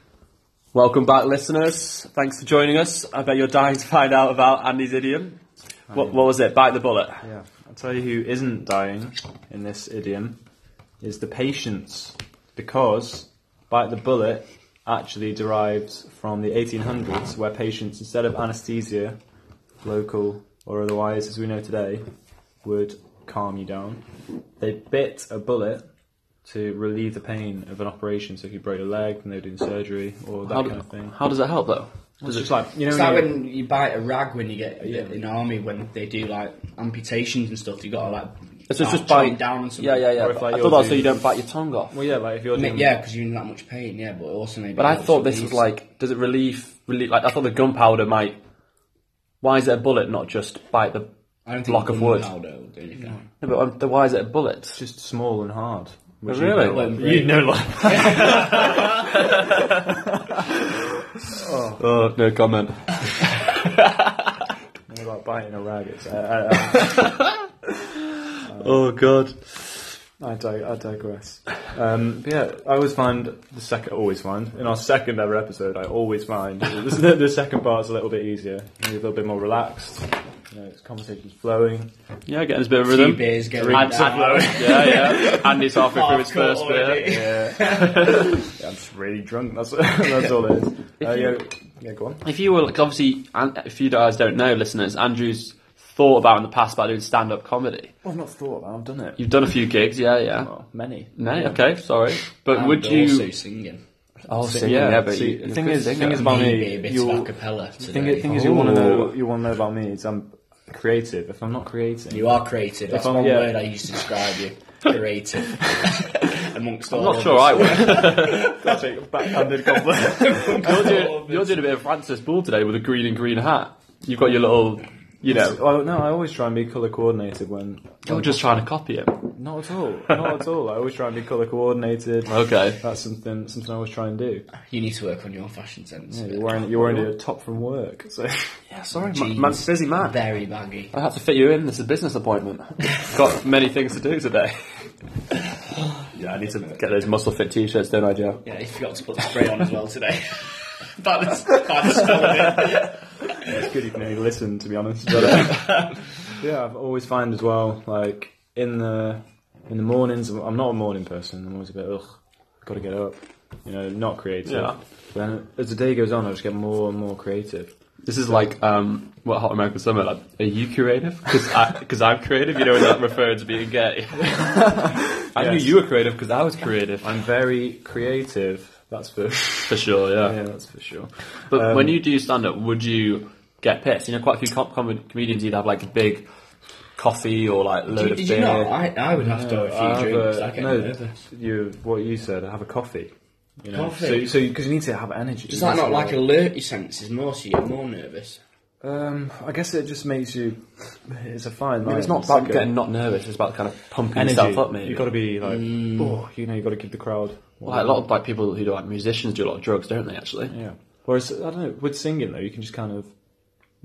B: Welcome back, listeners. Thanks for joining us. I bet you're dying to find out about Andy's idiom. What, what was it? Bite the bullet.
A: Yeah. I'll tell you who isn't dying in this idiom is the patients, because bite the bullet actually derives from the 1800s, where patients, instead of anesthesia, local or otherwise, as we know today, would calm you down. They bit a bullet to relieve the pain of an operation. So if you broke your leg and they were doing surgery or that
B: How,
A: kind of thing.
B: how does it help though?
A: It's just like you know
C: It's like
A: when you-
C: when you bite a rag when you get
A: Yeah.
C: in the army when they do like amputations and stuff. You gotta like.
B: It's
C: like,
B: just, just
C: chop
B: bite
C: down. and something.
B: Yeah, yeah, yeah.
A: Or if, like,
B: I
A: you're
B: thought
A: doing-
B: that's so you don't bite your tongue off.
A: well yeah like if you're
C: Ma-
A: doing
C: Yeah, because you're in that much pain. Yeah, but also maybe.
B: But I thought this was like, does it relieve? relieve like I thought the gunpowder might. Why is it a bullet, not just bite the?
C: I don't think
B: block of wood.
C: gunpowder would do anything.
B: No, but um, the, why is it a bullet?
A: just small and hard. Which
B: Really?
A: You know,
C: You
A: know
B: Oh, no comment.
A: about biting a Uh, rag. It's, I,
B: Oh god.
A: um, I, I, I, dig- I digress. Um, but yeah, I always find the second. Always find in our second ever episode, I always find the, the second part's a little bit easier. You're a little bit more relaxed. You know, it's conversations flowing.
B: Yeah, getting his bit of rhythm.
C: Two beers get
B: Add-
C: ripped
B: add-
C: out.
B: yeah, yeah. Andy's halfway through his
C: Half-court
B: first
C: already.
B: beer.
A: Yeah, I'm just really drunk. That's that's all it is. Uh, yeah, yeah, go on.
B: If you were like, obviously, an- if you guys don't know, listeners, Andrew's thought about in the past about doing stand-up comedy.
A: I've not thought about. I've done it.
B: You've done a few gigs, yeah, yeah.
A: Well, many.
B: No, okay, sorry. But
C: And
B: would
C: Also
B: you?
C: singing.
B: Oh,
A: yeah, see, the thing is- thing is about- Well,
C: Maybe a bit
A: you'll-
C: of acapella. Today. Oh.
A: Thing, thing is, you want
B: Ooh.
A: to know. You want to know about me is I'm creative. If I'm not creating,
C: You are creative. That's
A: I'm-
C: one
A: yeah.
C: word I used to describe you. Creative. Amongst all
B: I'm not sure I would.
A: That's a backhanded compliment.
B: You're doing, you're doing a bit of Francis Bull today with a green and green hat. You've got your little, you know.
A: Well, no, I always try and be colour coordinated when.
B: You're just trying to copy him.
A: Not at all. Not at all. I always try and be colour coordinated.
B: Oh, Okay.
A: That's something something I always try and do.
C: You need to work on your fashion sense.
A: You're wearing you're wearing a top from work. So
B: Yeah, sorry,
C: Jeans.
B: man's busy man.
C: Very baggy.
B: I had to fit you in. This is a business appointment. Got many things to do today. yeah, I need to get those muscle fit t-shirts, don't I, Joe?
C: Yeah, he forgot to put the spray on as well today. by the, by the smell of it.
A: it's good you can only listen, to be honest. But, uh, yeah, I've always find as well like in the in the mornings. I'm not a morning person. I'm always a bit ugh. Got to get up. You know, not creative.
B: Yeah.
A: Then as the day goes on, I just get more and more creative.
B: This is like um, what Hot American Summer. Like, are you creative? Because I'm creative. You know, without referring to being gay. I knew
A: Yes.
B: you were creative because I was creative
A: I'm very creative. That's for
B: for sure. Yeah.
A: yeah, that's for sure.
B: But when you do stand up, would you get pissed? You know, quite a few com- com- comedians either have like a big coffee or like load
C: Did,
B: of
C: did
B: beer.
C: you not? I, I would have to have
A: I
C: a
B: uh,
A: have
C: few drinks. I
A: a-
C: get
A: no,
C: nervous.
A: you what you said. Have a coffee. You know?
C: Coffee?
A: So, so because you need to have energy.
C: Does that not like alert your senses more so you're more nervous?
A: Um, I guess it just makes you. It's a fine line.
B: But it's not
A: like
B: about
A: a-
B: getting not nervous. It's about kind of pumping
A: energy.
B: yourself up, maybe.
A: You got to be like, oh, you know, you got to give the crowd.
B: Well, like, a lot of like people who do like musicians do a lot of drugs, don't they? Actually,
A: yeah. Whereas I don't know with singing though, you can just kind of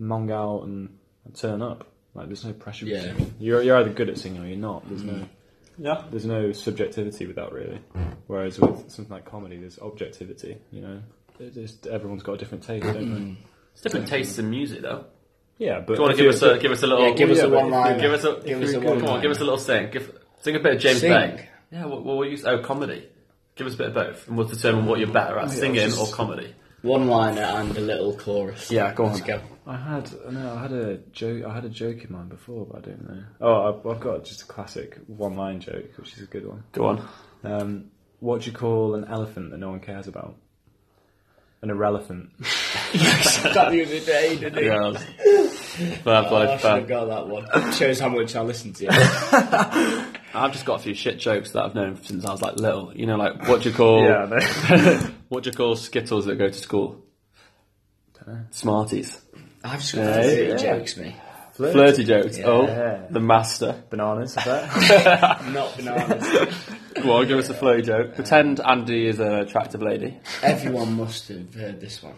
A: mong out and, and turn up. Like there's no pressure. with
C: Yeah.
A: singing. You're you're either good at singing or you're not. There's no.
B: yeah.
A: There's no subjectivity with that, really. Whereas with something like comedy, there's objectivity. You know, It just, everyone's got a different taste, don't
B: It's different tastes in music, though.
A: they? Yeah, but
B: Mm. Do you want to give us a give us a little?
C: Yeah, give us
A: yeah,
C: a
A: but-
C: one line.
B: Give us a
C: give us a
B: come
C: one
B: on,
C: line.
B: give us a little sing. Give, sing a bit of James
C: Sing.
B: Bay. Yeah, well, well, we'll use oh comedy. Give us a bit of both, and we'll determine what you're better at, singing
A: just-
B: or comedy.
C: One liner and a little chorus.
B: Yeah, go on.
C: Let's go.
A: I had no, I had a joke. I had a joke in mind before, but I don't know. Oh, I've, I've got just a classic one-line joke, which is a good one.
B: Go on.
A: Um, what do you call an elephant that no one cares about? An irrelevant.
C: that the other day, didn't it?
B: Yeah. fair
C: Oh,
B: play,
C: I should
B: fair.
C: have got that one. Shows how much I listen to you.
B: I've just got a few shit jokes that I've known since I was like little. You know, like what do you call
A: Yeah, I know.
B: what do you call skittles that go to school? Smarties.
C: I've just
B: Yeah,
C: got to
B: yeah.
C: it jokes me.
A: Flirt.
B: Flirty jokes.
C: Yeah.
B: Oh, the master.
A: Bananas, I bet.
C: Not bananas.
B: Go on, give us a flow joke. Pretend Andy is an attractive lady.
C: Everyone must have heard this one.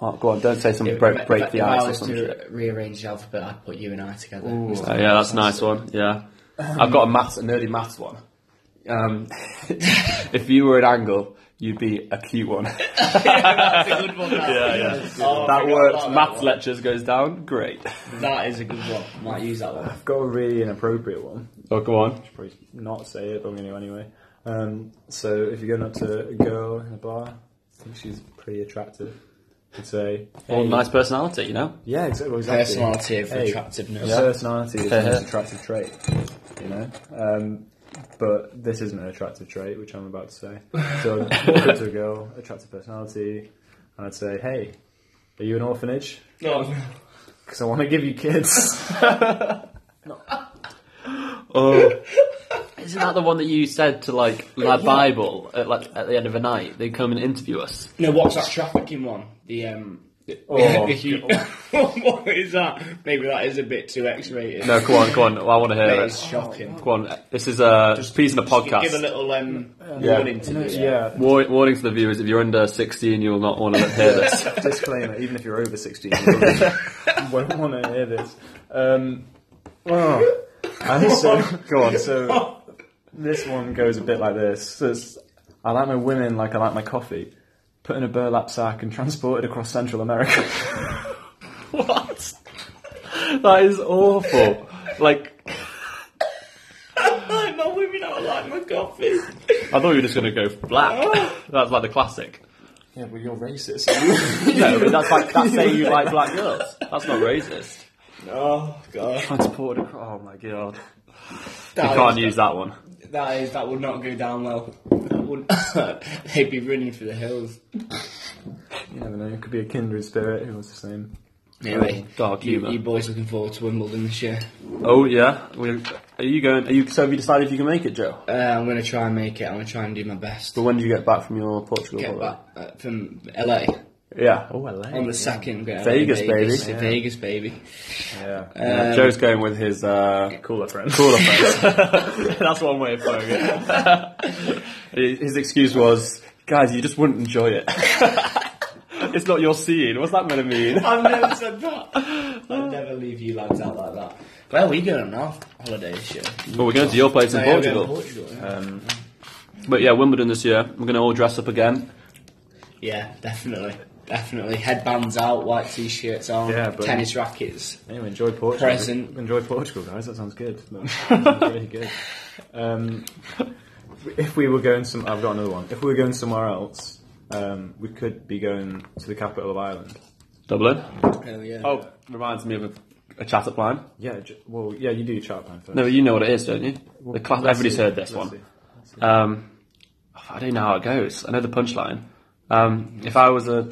B: Oh, go on, don't say something break, break the
C: if I
B: ice or
C: was
B: some
C: to
B: shit.
C: rearrange the alphabet, I'd put you and I together.
B: Oh, yeah, that's a nice one. Yeah, I've got a maths, a nerdy maths one. Um, if you were an angle, you'd be a cute one.
C: That's a good one. That. yeah, yeah.
B: that works. Maths lectures goes down. Great.
C: That is a good one. Might use that one.
A: I've got a really inappropriate one.
B: Oh, go on.
A: Probably not say it, but I'm going to anyway. Um, so if you're going up to a girl in a bar, I think she's pretty attractive. You'd say,
B: Well,
A: "Hey."
B: nice personality, you know.
A: yeah, exactly. exactly.
C: Personality of
A: Hey,
C: attractiveness.
A: Personality is the most attractive trait, you know. Um, but this isn't an attractive trait, which I'm about to say. So I'd walk up to a girl, attractive personality, and I'd say, "Hey, are you an orphanage?
C: No,
A: Because I want to give you kids."
B: Oh, isn't that the one that you said to like La Bible at like at the end of the night? They come and interview us.
C: no. What's that trafficking one? The um.
A: Oh,
C: the hu- what is that? Maybe that is a bit too X-rated.
B: No, go on, go on. I want to hear
C: That is
B: it.
C: shocking.
B: Go on. This is a piece in a
C: Just
B: podcast.
C: Give a little um,
B: Yeah.
C: warning to this.
A: yeah.
B: War- warning to the viewers: if you're under 16, you'll not want to hear this.
A: Disclaimer: Even if you're over 16, you probably won't want to hear this. Um, oh, and so go on. So this one goes a bit like this. So it's, I like my women like I like my coffee. Put in a burlap sack and transported across Central America.
B: what? That is awful. Like,
C: I'm not women. I like my coffee.
B: I thought you were just going to go black. That's like the classic.
A: Yeah, but you're racist.
B: No, but that's like that's saying you like black girls. That's not racist.
C: Oh god.
B: Transported. Oh my god.
C: That
B: You
C: is-
B: can't use that one.
C: That is that would not go down well. That would they'd be running for the hills.
A: you never know. It could be a kindred spirit who wants the same.
C: Anyway,
B: Dark
C: you,
B: humour.
C: you boys looking forward to Wimbledon this year?
B: Oh yeah. We- Are you going? Are you? So have you decided if you can make it, Joe?
C: Uh, I'm gonna try and make it. I'm gonna try and do my best.
B: But when do you get back from your Portugal
C: Get
B: holiday?
C: back uh, from LA
B: Yeah.
A: Oh, I like
C: on the second. go to
B: Vegas,
C: Vegas,
B: baby.
C: to Vegas, baby.
A: Yeah.
B: Yeah,
C: Um,
B: Uh, Joe's going with his uh,
A: Cooler friend.
B: cooler friends. That's one way of putting it. his excuse was, guys, you just wouldn't enjoy it. it's not your scene. What's that going to mean?
C: I've never said that. I'd never leave you lads out like that. Where are we going on our holiday this year?
B: Well, we're going to your place in
C: No, yeah, we're going to
B: Portugal.
C: Portugal, yeah.
A: Um,
B: But yeah, Wimbledon this year. We're going to all dress up again.
C: Yeah, definitely. Definitely. Headbands out, white t shirts on,
A: Yeah, but-
C: tennis rackets.
A: Anyway, enjoy Portugal.
C: Present.
A: Enjoy Portugal, guys. That sounds good. That sounds really good. Um, if we were going some, I've got another one. If we were going somewhere else, um, we could be going to the capital of Ireland.
B: Dublin.
C: Oh, yeah.
B: Oh, reminds me of a, a chat up line.
A: Yeah. j- Well, yeah. You do your chart plan first.
B: No, you know what it is, don't you? The
A: Let's
B: class, everybody's
A: see.
B: heard this
A: Let's
B: one.
A: see.
B: Um, I don't know how it goes. I know the punchline. Um, if I was a.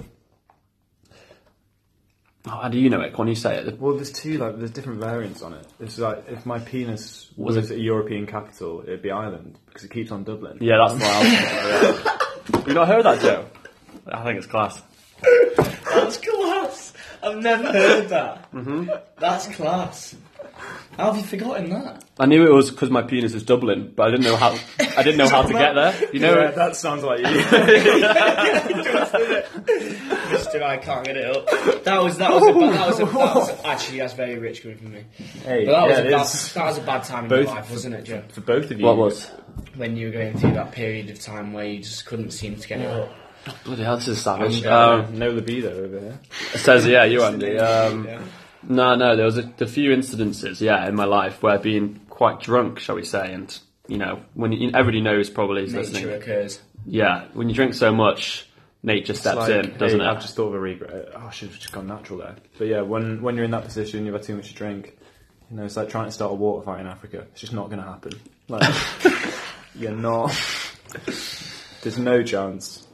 B: Oh, how do you know it? Can you say it?
A: Well, there's two. Like, there's different variants on it. It's like if my penis
B: Was
A: was,
B: it-
A: a European capital, it'd be Ireland because it keeps on Dublin.
B: Yeah, that's wild. you not heard that, Joe? I think it's class.
C: That's class! I've never heard that. Mm-hmm. That's class. How have you forgotten that?
B: I knew it was because my penis is Dublin, but I didn't know how. I didn't know how to get there. You know,
A: Yeah, that sounds like you.
C: Still, I can't get it up. That was, that was, a, ba- that was, a, that was actually, that's very rich coming from me.
A: hey,
C: But that,
A: yeah, it
C: was a
A: is.
C: bad, that was a bad time in
A: Both-
C: your life, wasn't it, Joe?
A: For both of you.
B: what was?
C: When you were going through that period of time where you just couldn't seem to get it up.
B: Bloody hell, this is savage.
A: Uh,
B: Um,
A: no libido over here.
B: it says, yeah, you Andy. Um,
C: Yeah.
B: No, no, there was a, a few incidences, yeah, in my life where being quite drunk, shall we say, and you know, when you, everybody knows probably is
C: Nature
B: listening.
C: occurs.
B: Yeah, when you drink so much, nature steps
A: like,
B: in, doesn't
A: hey,
B: it?
A: I've just thought of a regret. Oh, I should have just gone natural there. But yeah, when when you're in that position, you've had too much to drink. You know, it's like trying to start a water fight in Africa. It's just not going to happen. Like, you're not. There's no chance,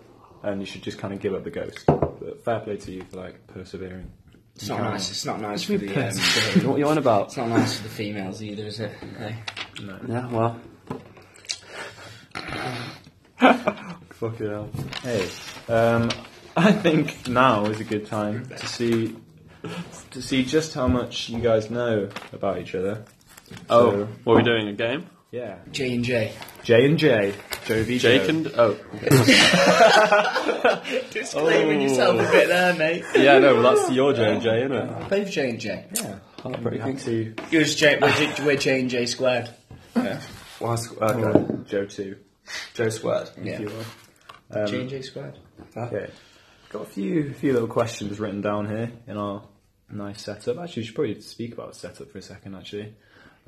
A: and you should just kind of give up the ghost. But fair play to you for like persevering.
C: It's not nice. It's not nice for the. Um,
B: You know what you on about?
C: it's not nice for the females either, is it? Hey.
B: Yeah, well,
A: Fuck it out. Hey, um, I think now is a good time to see to see just how much you guys know about each other.
B: Oh,
A: So-
B: what are we doing? A game?
A: Yeah,
C: J and J.
A: J and J, Joe v
B: Jake
A: Joe.
B: and oh,
C: Disclaiming yourself a bit there, mate.
A: yeah, no, well, that's your J and J, isn't it?
C: Both J and J.
A: Yeah, heartbreaking. To
C: Who's J? We're J, we're J and J squared.
D: Why squ- uh,
A: uh, Joe two.
D: Joe squared.
C: Yeah.
A: Um,
C: J and J squared.
A: Okay. Uh, Got a few few little questions written down here in our nice setup. Actually, we should probably speak about setup for a second. Actually,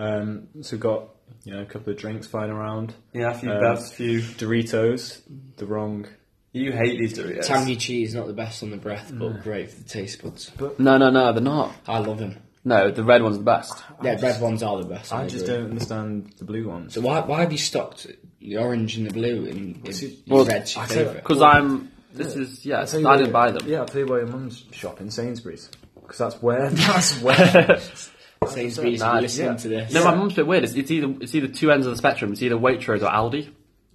A: um, so we've got you know a couple of drinks flying around,
D: Yeah, a few
A: Um,
D: bevs, few.
A: Doritos, the wrong.
D: You hate these Doritos.
C: Tangy cheese, not the best on the breath, but great for the taste buds.
B: no, no, no, they're not.
C: I love them.
B: No, the red one's the best.
C: Yeah, red ones are the best.
A: I just
C: agree.
A: don't understand the blue ones.
C: So why why have you stocked the orange and the blue and
A: it-
C: in
B: Well,
C: red's your
A: I tell you-
C: favourite?
B: Because I'm. This is yeah.
A: Tell you
B: I
A: where-
B: didn't buy them.
A: Yeah, I'll tell you where your mum's shop in Sainsbury's because that's where that's where
C: Sainsbury's
B: Nah,
C: listening
B: yeah.
C: to this.
B: No, my mum's a bit weird. It's, it's either it's either two ends of the spectrum. It's either Waitrose or Aldi.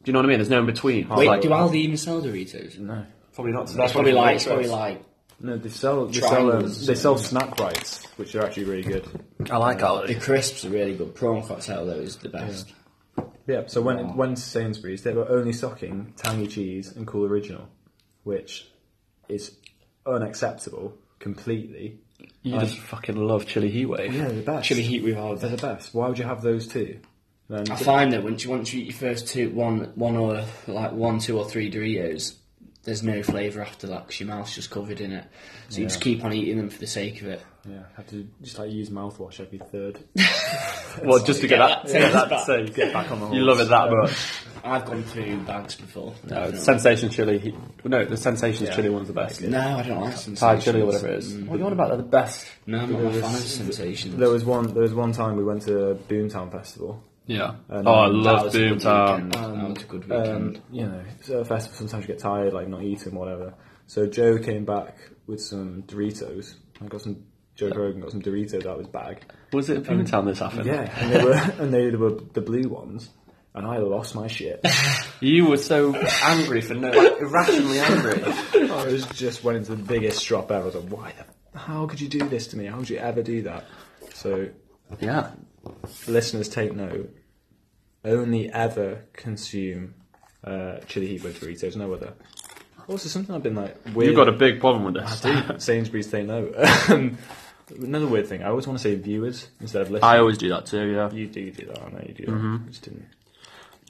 B: Do you know what I mean? There's no in between.
C: Wait,
B: Like-
C: do Aldi even sell Doritos?
A: no.
D: Probably not. That's
C: It's probably like it's probably like
A: No, they sell they sell, um,
C: Triangles.
A: they sell snack bites, which are actually really good.
B: I like
C: the
B: Aldi.
C: crisps are really good. Prawn cocktail though is the best.
A: Yeah, so when it went to Sainsbury's, they were only stocking tangy cheese and cool original, which is unacceptable completely.
B: You just fucking love chili heat wave.
A: Yeah, they're the best.
C: Chili heat with all
A: They're the best. Why would you have those two? Then
C: I find that once you once you eat your first two one one or like one two or three Doritos, there's no flavour after that because your mouth's just covered in it. So you just keep on eating them for the sake of it.
A: yeah, have to just like use mouthwash every third.
B: Well, just to get that,
C: Yeah,
B: get
C: that
B: that
C: taste
B: taste.
A: Back on the horse.
B: You love it that much.
C: I've gone through bags before.
B: No,
C: definitely.
B: sensation chili. Heat. No, the sensation
A: Yeah.
B: chili one's the best.
C: no, I don't like sensations.
B: Thai chili or whatever it is. What are you on about? They're the best.
C: No, I'm not a fan of sensations.
A: There was one. There was one time we went to Boomtown Festival.
B: Yeah.
A: And,
B: oh, I
A: um,
B: love
C: was a good
B: Boomtown.
C: weekend. that was a good weekend.
A: Um, you know, so at a festival sometimes you get tired, like not eating, whatever. So Joe came back with some Doritos. I got some. Joe Rogan got some Doritos out of his bag.
B: Was it Boomtown this happened?
A: Yeah, and they were and they were the blue ones, and I lost my shit.
B: You were so angry for no, like, irrationally angry.
A: I was just went into the biggest drop ever. I was like, why? The, how could you do this to me? How could you ever do that? So
B: yeah.
A: listeners, take note. Only ever consume uh, chili heat with Doritos, no other. Also, something I've been like weird.
B: You've got a big problem with this.
A: Sainsbury's they know. Um, Another weird thing, I always want to say viewers instead of listeners.
B: I Mm-hmm. always do that too, yeah.
A: you do do that, I know you do. That. I just didn't.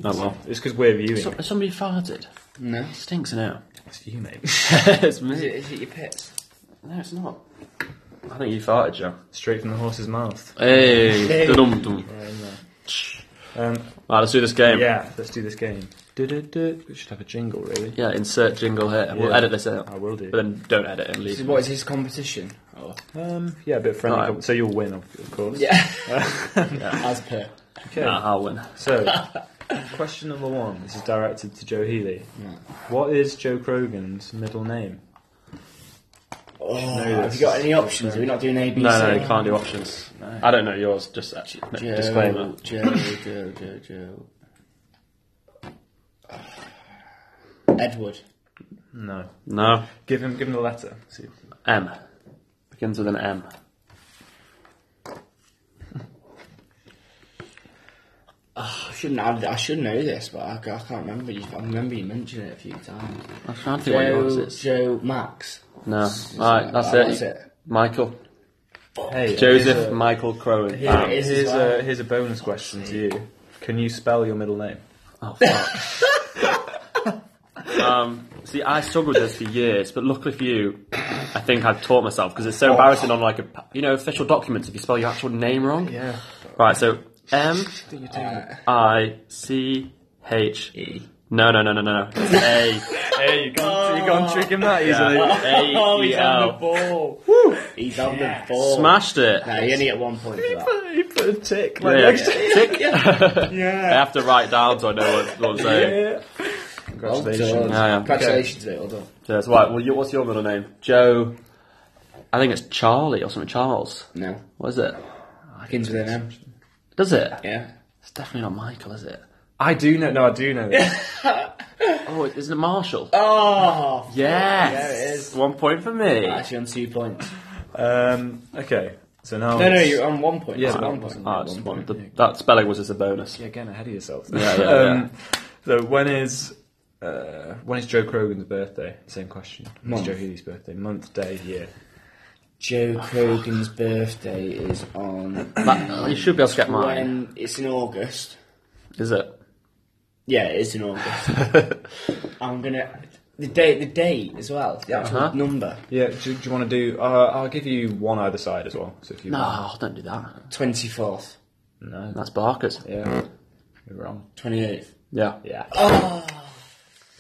B: Oh, well.
A: It's because we're viewing.
B: somebody farted.
C: no,
B: stinks now.
A: It's you, mate.
B: it's
C: is it,
B: me.
C: is it your pits?
B: No, it's not. I think you farted, Joe.
A: Straight from the horse's mouth.
B: Hey.
C: Hey.
B: Dum dum.
A: Right in there. Um,
B: Right, let's do this game.
A: yeah, let's do this game. Du-du-du. We should have a jingle, really.
B: Yeah, insert jingle here. We'll
A: Yeah.
B: edit this out.
A: I will do.
B: But then don't edit it and
C: So
B: leave.
C: what is his competition? Oh.
A: Um, yeah, a bit friendly.
B: Alright.
A: com- So you'll win, of of course.
C: Yeah. As per.
A: Okay.
B: Nah, I'll win.
A: So, question number one. This is directed to Joe Healy. What is Joe Krogan's middle name?
C: Oh,
A: No,
C: have you got any options? Are we not doing A, B,
B: No,
C: C?
B: no, you can't do options. I don't know yours, just actually.
C: Joe,
B: Disclaimer.
C: Joe, Joe, Joe, Joe. Edward.
A: No.
B: No.
A: Give him, give him the letter. See.
B: M. Begins with an M.
C: I shouldn't. I, I should know this, but I, ca- I can't remember. You, I remember you mentioned it a few times.
B: I'm trying to think what yours
C: Joe,
B: is.
C: Joe, Max.
B: No. Alright, that's it.
C: That's it.
B: Michael.
A: Hey,
B: Joseph Michael Crowan.
C: Here it is.
A: Here's
C: as well.
A: a here's a bonus question to you. Can you spell your middle name?
B: Oh, fuck. um, see, I struggled with this for years, but luckily for you, I think I've taught myself because it's so embarrassing on like a pa- you know official documents if you spell your actual name wrong.
A: Yeah.
B: Right. So M
C: Uh,
B: I C H. No, no, no, no, no. It's A.
A: Hey, you can't, you can't trick him that easily.
B: A
C: oh,
B: E
C: he's on the
B: L.
C: ball. He's on the ball.
B: Smashed it.
C: Nah, you only get one point for that.
A: he put a tick. Like,
B: Yeah.
A: next to-
B: Tick. I
C: Yeah.
B: have to write down so I know what, what I'm saying.
A: yeah.
C: Well
A: Congratulations.
C: done.
B: Ah, Yeah, yeah.
C: Congratulations, mate. Well done.
B: So that's right. Well, you, what's your middle name? Joe. I think it's Charlie or something. Charles.
C: No.
B: What is it?
C: Begins with an M.
B: Does it?
C: Yeah.
B: It's definitely not Michael, is it?
A: I do know. No, I do know. This.
B: Oh, isn't it Marshall?
C: Oh,
B: Yes.
C: Yeah, it is.
B: One point for me.
C: actually on two points.
A: um, okay. So now.
C: No, no,
A: it's-
C: you're on one point.
A: Yeah,
C: It's
A: but
C: one
A: that
C: point.
A: wasn't-
B: Ah, it's one. The- that spelling was just a bonus.
A: You're getting ahead of yourself.
B: Yeah, yeah,
A: um, So when is uh, when is Joe Krogan's birthday? Same question. When's
C: Month.
A: Joe Healy's birthday? Month, day, year.
C: Joe Krogan's birthday is on
B: That- you should be able to get mine.
C: when it's in August.
B: Is it?
C: Yeah, it is in August. I'm gonna the date, the date as well, the actual
B: Uh-huh.
C: number
A: Yeah. Do, do you want to do? Uh, I'll give you one either side as well. So if you
B: No, don't do that.
C: twenty fourth,
A: no,
B: That's Barker's.
A: yeah, you're wrong.
C: twenty eighth.
B: Yeah.
A: Yeah.
C: Oh,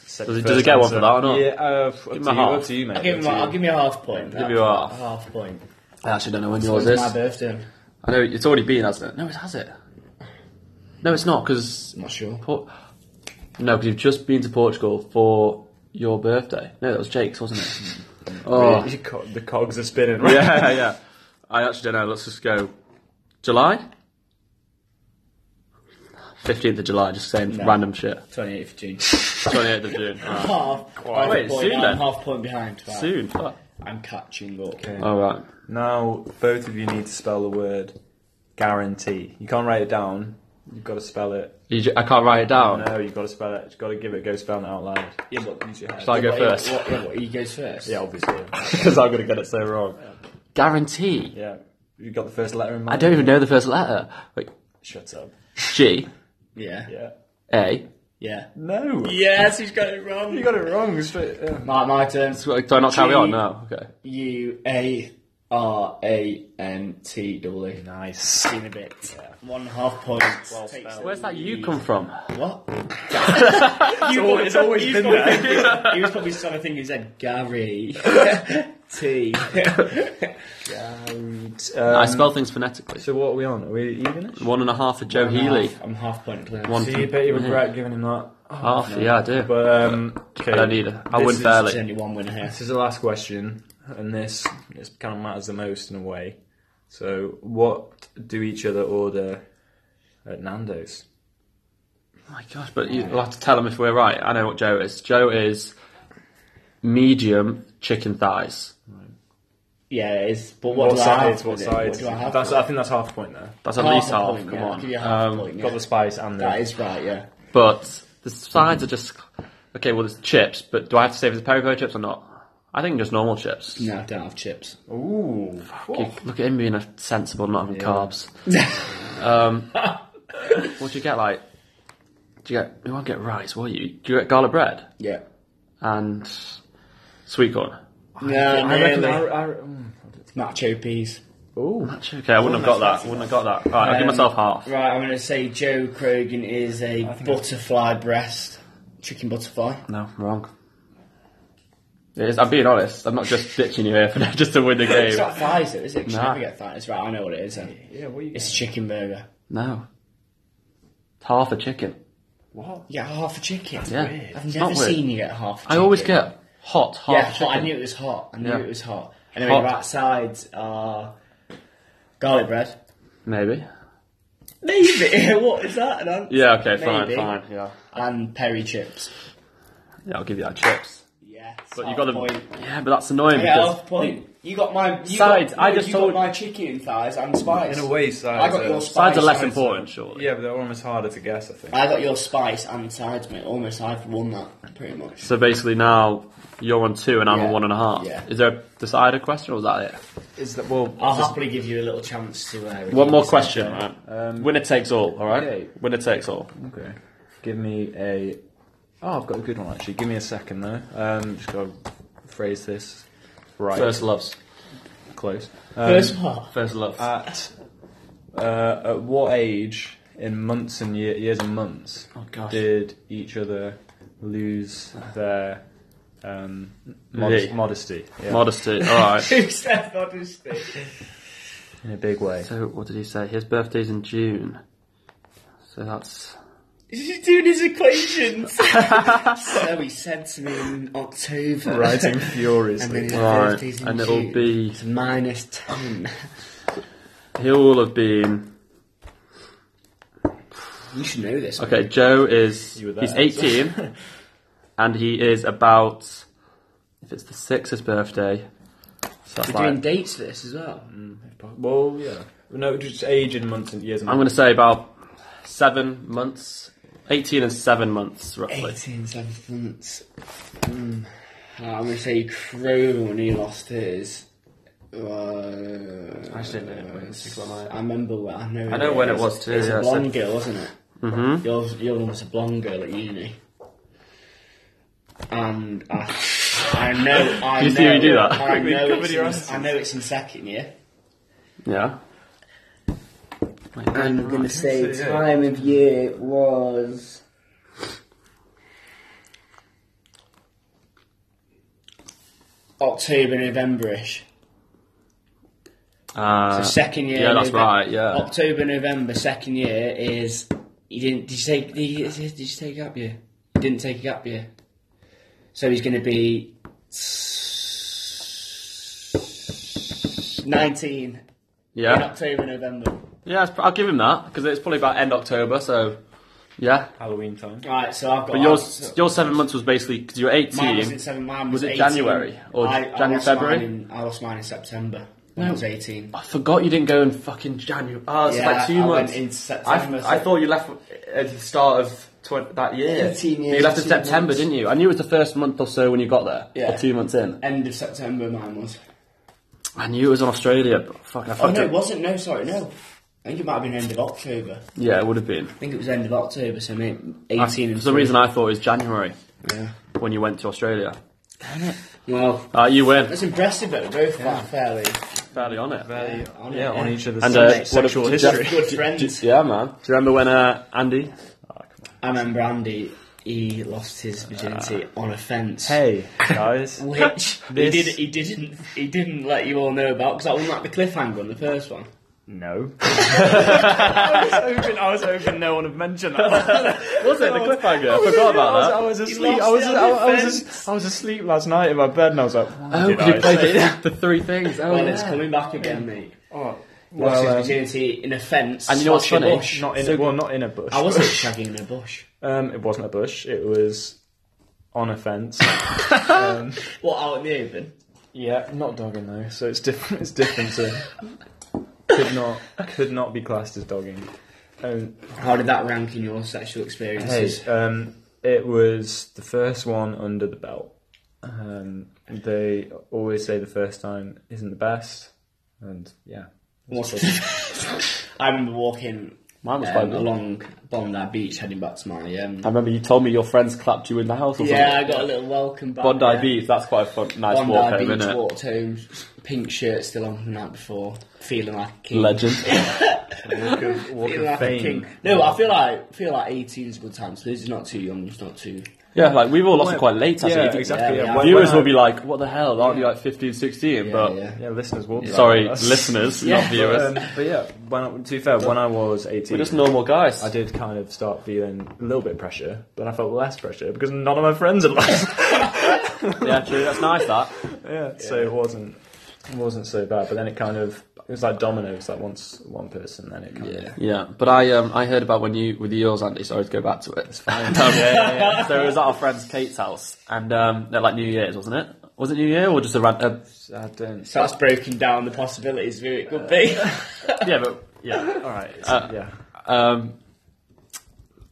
A: Said
B: Does he-
A: first
B: does he get one
A: answer.
B: for that or not?
A: Yeah. Uh, f- up,
B: him
A: to
B: a
A: you,
B: half.
A: up to you, mate.
C: I'll give, him, a-
A: Up to
C: I'll give me a half point.
B: Give you a half.
C: half point.
B: I actually don't know when yours
C: It's
B: is.
C: my birthday.
B: I know it's already been, hasn't it? No, it has it. No, it's not because
C: I'm not sure.
B: Por- no, because you've just been to Portugal for your birthday. No, that was Jake's, wasn't it? oh,
A: you. You co- the cogs are spinning. Right?
B: yeah, yeah. I actually don't know. Let's just go. July. Fifteenth of July. Just saying random shit.
C: Twenty eighth of June.
B: Twenty eighth of June. Right.
C: half. half
B: Wait,
C: point,
B: soon
C: I'm
B: then.
C: half point behind. Right.
B: Soon. Fuck.
C: I'm catching up.
B: All right.
A: Now both of you need to spell the word guarantee. You can't write it down. You've got to spell it.
B: You ju- I can't write it down.
A: No, you've got to spell it. You've got to give it a go spelling it out loud.
C: Yeah, but
A: Use your head.
B: Shall I go
C: What-
B: first?
C: What, what, what, he goes first.
A: Yeah, obviously. Because I'm going to get it so wrong.
B: Guarantee.
A: Yeah. You got the first letter in mind?
B: I don't even know the first letter. Wait.
A: Shut up.
B: G
C: Yeah.
A: Yeah.
B: A.
C: Yeah.
A: No.
C: Yes, he's got it wrong.
A: You got it wrong. Straight, yeah.
C: My, my turn.
B: Do I not carry
C: G.
B: on? No. Okay.
C: U A R A N T W. Nice. In a bit. One and a half points. Takes
A: spelled.
C: the
B: Where's that you
C: lead.
B: come from?
C: What? you probably-
A: it's always
C: he's
A: been
C: probably
A: there.
C: thinking- he was probably trying to think. He said Gary T.
A: Um,
B: I spell things phonetically.
A: So what are we on? Are we even?
B: One and a half for Joe Healy.
C: Half- I'm half point clear.
B: One
A: See, you bet you regret giving him that.
B: half. Yeah, I do.
A: But, um,
B: I don't need it. I
A: This
B: win
A: is
B: fairly.
C: There's only one winner here.
A: This is the last question, and this, this kind of matters the most in a way. So, what do each other order at Nando's?
B: Oh my gosh, but you'll have to tell them if we're right. I know what Joe is. Joe is medium chicken thighs.
C: Yeah, it is. But what, do I
A: side?
C: have
A: What
C: with it?
A: side?
C: What do I have?
A: That's,
C: with it?
A: I think that's half a point there.
B: That's at
C: Half
B: least
C: a
B: half.
C: point,
B: Come
C: yeah. I'll give you half a
B: on. Um,
C: point, yeah.
A: Got the spice and the.
C: That is right, yeah.
B: but the sides are just okay. Well, there's chips, but do I have to say if it's peri peri chips or not? I think just normal chips.
C: No, I don't have chips.
A: Ooh.
B: Look- Look at him being a sensible, not having carbs. um, what do you get? Like, do you get? You won't get rice, will you? Do you get garlic bread
C: Yeah.
B: and sweet corn?
C: No,
A: I reckon.
C: nearly.
A: I, I, mm.
C: Nacho peas.
A: Ooh.
B: Okay, I wouldn't have got that. Wouldn't have got that. All right, I'll give
C: Um,
B: myself half.
C: Right, I'm going to say Joe Krogan is a butterfly breast. Chicken butterfly.
B: No, wrong. It is, I'm being honest. I'm not just ditching you here for just to win the
C: It's
B: game.
C: not thighs, though, is it? 'Cause You
B: Nah.
C: never get thighs. Right, I know what it is. Then.
A: Yeah, what are you
C: It's a chicken burger.
B: No, it's half a chicken.
A: What?
C: You get half a chicken.
B: Yeah,
C: I've
B: it's
C: never
B: not weird.
C: seen you get half. A
B: I
C: chicken.
B: always get hot, half
C: Yeah,
B: chicken.
C: hot. I knew it was hot. I knew
B: Yeah.
C: it was hot. And anyway,
B: Hot.
C: right sides are garlic bread.
B: Maybe.
C: Maybe. what is that? An answer?
B: Yeah. Okay. Fine.
C: Maybe.
B: Fine. Yeah.
C: And peri chips.
B: Yeah. I'll give you that chips.
C: Yes.
B: But you
C: half
B: got the
C: point.
B: yeah, but that's annoying
C: Yeah,
B: because
C: half point. You got my you
B: Sides,
C: Got,
B: I
C: no,
B: just
C: you
B: told-
C: got my chicken thighs and spice.
A: In a way, sides.
C: I got
A: are-
C: your spice.
B: sides are less
C: and-
B: important, surely.
A: Yeah, but they're almost harder to guess, I think.
C: I got your spice and sides, mate. Almost, I've won that pretty much.
B: So basically, now you're on two and I'm
C: Yeah.
B: on one and a half.
C: Yeah.
B: Is there a decider question or is that it?
A: Is that well?
C: I'll happily give you a little chance to. Uh,
B: One
C: redeem
B: more
C: yourself.
B: question. um, Right? Winner takes all. All right.
A: Okay.
B: Winner takes all.
A: Okay. Give me a. Oh, I've got a good one actually. Give me a second though. Um, just got to phrase this right.
B: First loves.
A: close.
C: First part.
B: First love.
A: At uh, at what age in months and year, years and months
B: Oh, gosh.
A: did each other lose their um,
B: Me.
A: mod- modesty? Yeah.
B: Modesty. All right.
C: Who said modesty?
A: in a big way.
B: So what did he say? His birthday's in June. So that's
C: He's doing his equations. so he said to me in October.
A: Rising
C: And then
A: furiously.
C: his
B: right,
C: birthday's in
B: and
C: June.
B: it'll be
C: It's minus 10.
B: he'll have been
C: You should know this.
B: Okay, Joe is
A: You were
B: he's
A: there.
B: 18, and he is about if it's the sixth his birthday. So that's
C: We're doing
B: like,
C: dates for this as well.
A: Well, yeah. No, just age in months and years. And
B: I'm going to say about seven months, 18 and seven months roughly.
C: 18 sevenths. Mm. Uh, I'm going to say Kroger when he lost his. Uh,
B: I actually don't know when this is, am I?
C: I remember when I know.
B: I know when it was too,
C: It was
B: yeah,
C: a
B: I
C: blonde
B: said-
C: girl, wasn't it?
B: Mm-hmm.
C: Yours, your one was a blonde girl at uni. And I, I know, I
B: You
C: know,
B: see me do that?
C: I
A: We
C: know,
A: covered your
C: it's in, I know it's in second year.
B: Yeah.
C: I'm gonna say
A: so, yeah.
C: time of year was. October, November-ish.
B: Uh,
C: So second year.
B: yeah, that's
C: November-
B: right, yeah.
C: October, November, second year is. You didn't. Did you take? Did you, did you take a gap year? You didn't take a gap year. So he's going to be nineteen in
B: yeah,
C: October, November.
B: yeah. it's- I'll give him that because it's probably about end October. So, yeah.
A: Halloween time.
C: Right. Oh, So I've got.
B: But yours, your seven months was basically because you were
C: Mine wasn't
B: 18.
C: seven. Mine
B: Was
C: was,
B: it
C: 18.
B: January or
C: I, I
B: January,
C: lost
B: February?
C: mine in- I lost mine in September. When I was eighteen.
B: I forgot you didn't go in fucking January. Oh, it's
C: yeah,
B: like two
C: I
B: months.
C: went in September.
B: I, I thought you left at the start of tw- that year.
C: 18
B: You
C: years,
B: left in
C: 18
B: September,
C: months.
B: didn't you? I knew it was the first month or so when you got there.
C: Yeah.
B: Or two months in.
C: end of September. Mine was.
B: I knew it was in Australia, but fuck, I
C: Oh
B: fucked
C: no,
B: it.
C: it wasn't. No, sorry, no. I think it might have been end of October.
B: Yeah, it would have been.
C: I think it was end of October, so maybe
B: I-
C: eighteen. and
B: Ah, for some reason, I thought it was January
C: Yeah.
B: when you went to Australia.
C: Well,
B: Uh, you win.
C: that's impressive though. Both that fairly.
B: Fairly on it.
A: Very,
C: on
A: yeah,
C: it,
A: on
C: yeah.
A: each other's
B: And, uh,
A: se- sexual
B: what if-
A: history.
C: Good friends.
B: Yeah, man. Do you remember when uh, Andy?
C: I remember Andy. He lost his virginity
B: Uh,
C: on a fence.
A: hey, guys.
C: Which he
A: This-
C: did. He didn't. He didn't let you all know about because that wasn't like the cliffhanger on the first one.
A: No. I, was hoping, I was hoping no one would mention that.
B: Was it the cliffhanger? I forgot
A: Oh, I
B: about
A: was, I was
C: lost
A: asleep. I was,
C: it
A: I,
C: on
A: was,
C: the
A: I, was,
C: fence.
A: as- I was asleep last night in my bed and I was like,
B: that.
A: why
B: Oh,
A: did
B: could you
A: I
B: played
A: say
B: the, the three things. Oh,
C: Well,
B: yeah.
C: it's coming back again, mate.
A: Oh,
C: Lost
A: well,
C: his
A: um,
C: virginity in a fence.
B: and you know what's
C: slash a
B: funny?
C: bush.
A: not in well, not in a bush.
C: I wasn't shagging in a bush.
A: Um, it wasn't a bush. It was on a fence.
C: What out in the open?
A: yeah, not dogging though. So it's different. It's different. To, could not could not be classed as dogging. Um,
C: How did that rank in your sexual experiences?
A: um, it was the first one under the belt. Um, they always say the first time isn't the best, and yeah,
C: What's- I remember walking
B: Mine was quite
C: um,
B: good.
C: along Bondi Beach heading back to my. Um,
B: I remember you told me your friends clapped you in the house or
C: yeah, I
B: something.
C: got a little welcome back.
B: Bondi
C: yeah.
B: Beach, that's quite a fun, nice
C: Bondi
B: walk home,
C: Beach
B: isn't it?
C: walked home, pink shirt still on from the night before, feeling like a king.
B: Legend.
A: walk of, walk
C: Feeling
A: of
C: like a king.
A: fame.
C: No, I feel like feel like 18 is a good time. So this is not too young. It's not too.
B: yeah, like we've all lost it quite late, actually.
A: Yeah,
B: didn't we?
A: exactly. yeah.
C: Yeah, yeah.
A: When-
B: Viewers
A: when I-
B: will be like, what the hell, aren't you like 15, 16?
C: Yeah,
B: but,
C: yeah.
A: yeah, listeners will. Be like,
B: sorry,
A: "That's-"
B: listeners,
C: Yeah.
B: not viewers.
A: Um, but yeah, when I, to be fair, when I was 18
B: We're just normal guys.
A: I did kind of start feeling a little bit pressure, but I felt less pressure because none of my friends had lost.
B: yeah, true, that's nice, that.
A: yeah, so it wasn't it wasn't so bad. But then it kind of it was like dominoes. Like once one person, then it kind of
B: Yeah, but I um, I heard about when you, with yours, Andy, sorry to go back to it. It's fine. Um, So it was at our friend's Kate's house, and um, at like New Year's, wasn't it? Was it New Year or just a random?
A: I don't.
C: So that's broken down the possibilities of who it could be.
B: Uh, yeah, but, yeah.
A: All right. it's-
B: Uh,
A: yeah.
B: Um,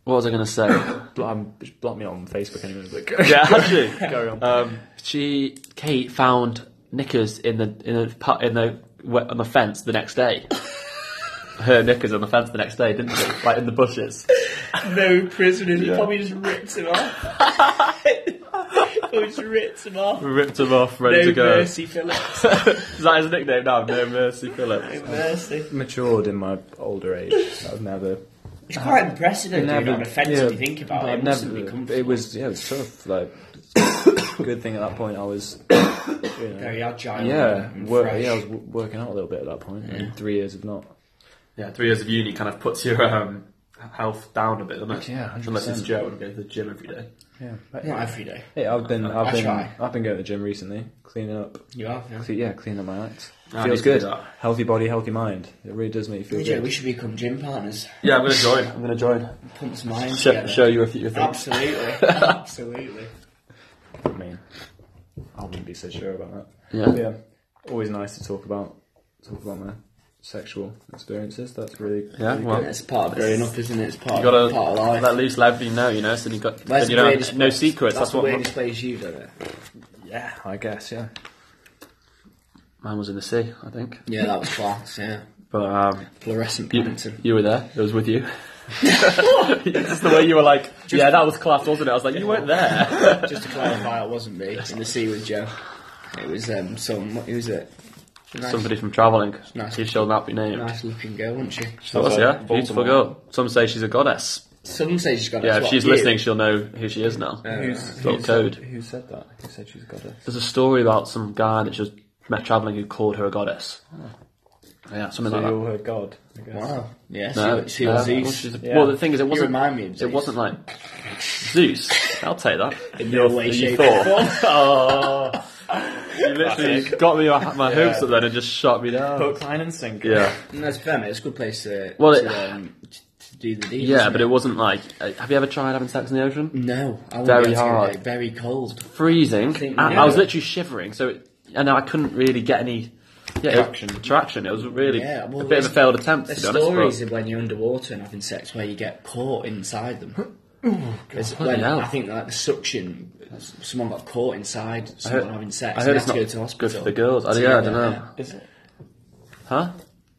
B: what was I going to say?
A: Bl- um, just block me on Facebook anyway. But go,
B: Yeah, actually,
A: carry on.
B: um, she Kate found knickers in the in the pu- in the we- on the fence the next day. Her knickers on the fence the next day, didn't she? Like in the bushes.
C: no prisoners. He probably just ripped him off. probably just ripped him off.
B: Ripped them off, ready
C: No
B: to go.
C: mercy, Philip.
B: Is that his nickname now? No mercy, Phillips.
C: No mercy.
A: Matured in my older age. I've never.
C: It's quite impressive though, doing
A: never-
C: it on a fence
A: yeah,
C: if you think about it.
A: I've
C: It mustn't be comfortable.
A: it was yeah, it was tough. Like, good thing at that point I was. You know,
C: very agile.
A: Yeah,
C: Oh, and
A: work,
C: fresh.
A: yeah, I was w- working out a little bit at that point. And three years of not.
B: Yeah, three years of uni kind of puts your um, health down a bit, doesn't it?
A: Yeah, 100%.
B: Unless it's Joe and goes to the gym every day.
A: Yeah. But,
C: Not every day.
A: Hey, I've been, I've
C: I
A: been,
C: try.
A: I've been going to the gym recently, cleaning up.
C: You are. Yeah.
A: Cle- Yeah, cleaning up my act.
C: Oh,
D: I need
A: Feels
D: to do
A: good.
D: that.
A: Healthy body, healthy mind. It really does make you feel
C: Hey, Joe,
A: good.
C: we should become gym partners.
D: Yeah, I'm gonna join.
B: I'm gonna join.
C: Pump some iron
B: Sh-
C: together.
B: show you a few things.
C: Absolutely. Absolutely.
A: I mean, I wouldn't be so sure about that.
B: Yeah.
A: yeah, always nice to talk about talk about my sexual experiences. That's really
B: Yeah,
A: really
B: well,
A: good.
C: It's part of growing up, isn't it? It's part,
B: You gotta
C: of, part of life.
B: let loose, let everybody know, you know. So you got,
C: That's
B: then you don't have
C: the weirdest
B: no
C: place-
B: secrets. That's,
C: That's, the
B: what
C: weirdest place you've done it.
A: yeah, I guess yeah.
B: mine was in the sea, I think.
C: Yeah, that was class. Yeah,
B: But um,
C: fluorescent
B: you,
C: plankton.
B: you were there. It was with you. Just the way you were like, yeah, that was class, wasn't it? I was like, you weren't there.
C: Just to clarify, it wasn't me in the sea with Joe. It was um some. Who was it? Nice,
B: Somebody from traveling.
C: Nice.
B: She shall not be named.
C: nice looking girl, wasn't she?
B: She was,
A: like
B: yeah, beautiful
A: Voldemort.
B: girl. Some say she's a goddess.
C: Some say she's got.
B: Yeah,
C: that's
B: if
C: what,
B: she's
C: you?
B: listening, she'll know who she is now.
A: Who's,
B: Little
A: who
B: code.
A: Said, who said that? Who said she's got a?
B: There's a story about some guy that she was met traveling who called her a goddess.
C: Oh.
B: Yeah, something
A: So
B: like that.
A: you're her god. I guess.
C: Wow. Yeah.
B: No,
C: she, she
B: no,
C: was
B: well,
C: Zeus.
B: she's a-
A: Yeah.
B: Well, the thing is, it
C: you
B: wasn't.
C: remind me of Zeus.
B: It wasn't like Zeus. I'll take that.
C: in no way,
B: You
C: shape, or form.
B: thought. oh, you literally got me my, my hopes up then and just shot me down.
A: Hook, line, and sinker.
B: Yeah,
C: And That's fair. mate, It's a good place to
B: Well,
C: to,
B: it-
C: um, to, to do the deed.
B: yeah,
C: isn't
B: but it wasn't like. uh, Have you ever tried having sex in the ocean?
C: no, I
B: Very
C: wouldn't be able to get
B: hard.
C: away. very cold.
B: Freezing.
C: Think-
B: I,
C: yeah.
B: I was literally shivering, so it, and I couldn't really get any. Yeah,
A: Traction.
B: It, traction. It was really
C: Yeah, well,
B: a bit of a
C: there's-
B: failed attempt, to
C: There's
B: be honest. but-
C: stories of when you're underwater and having sex where you get caught inside them. There's
B: Bloody
C: when,
B: hell.
C: I think like the suction, someone got caught inside someone
B: heard-
C: having sex.
B: I heard
C: and
B: it's
C: had
B: not
C: to go to hospital.
B: good for the girls. I, yeah, I don't know.
A: Is it?
B: Huh?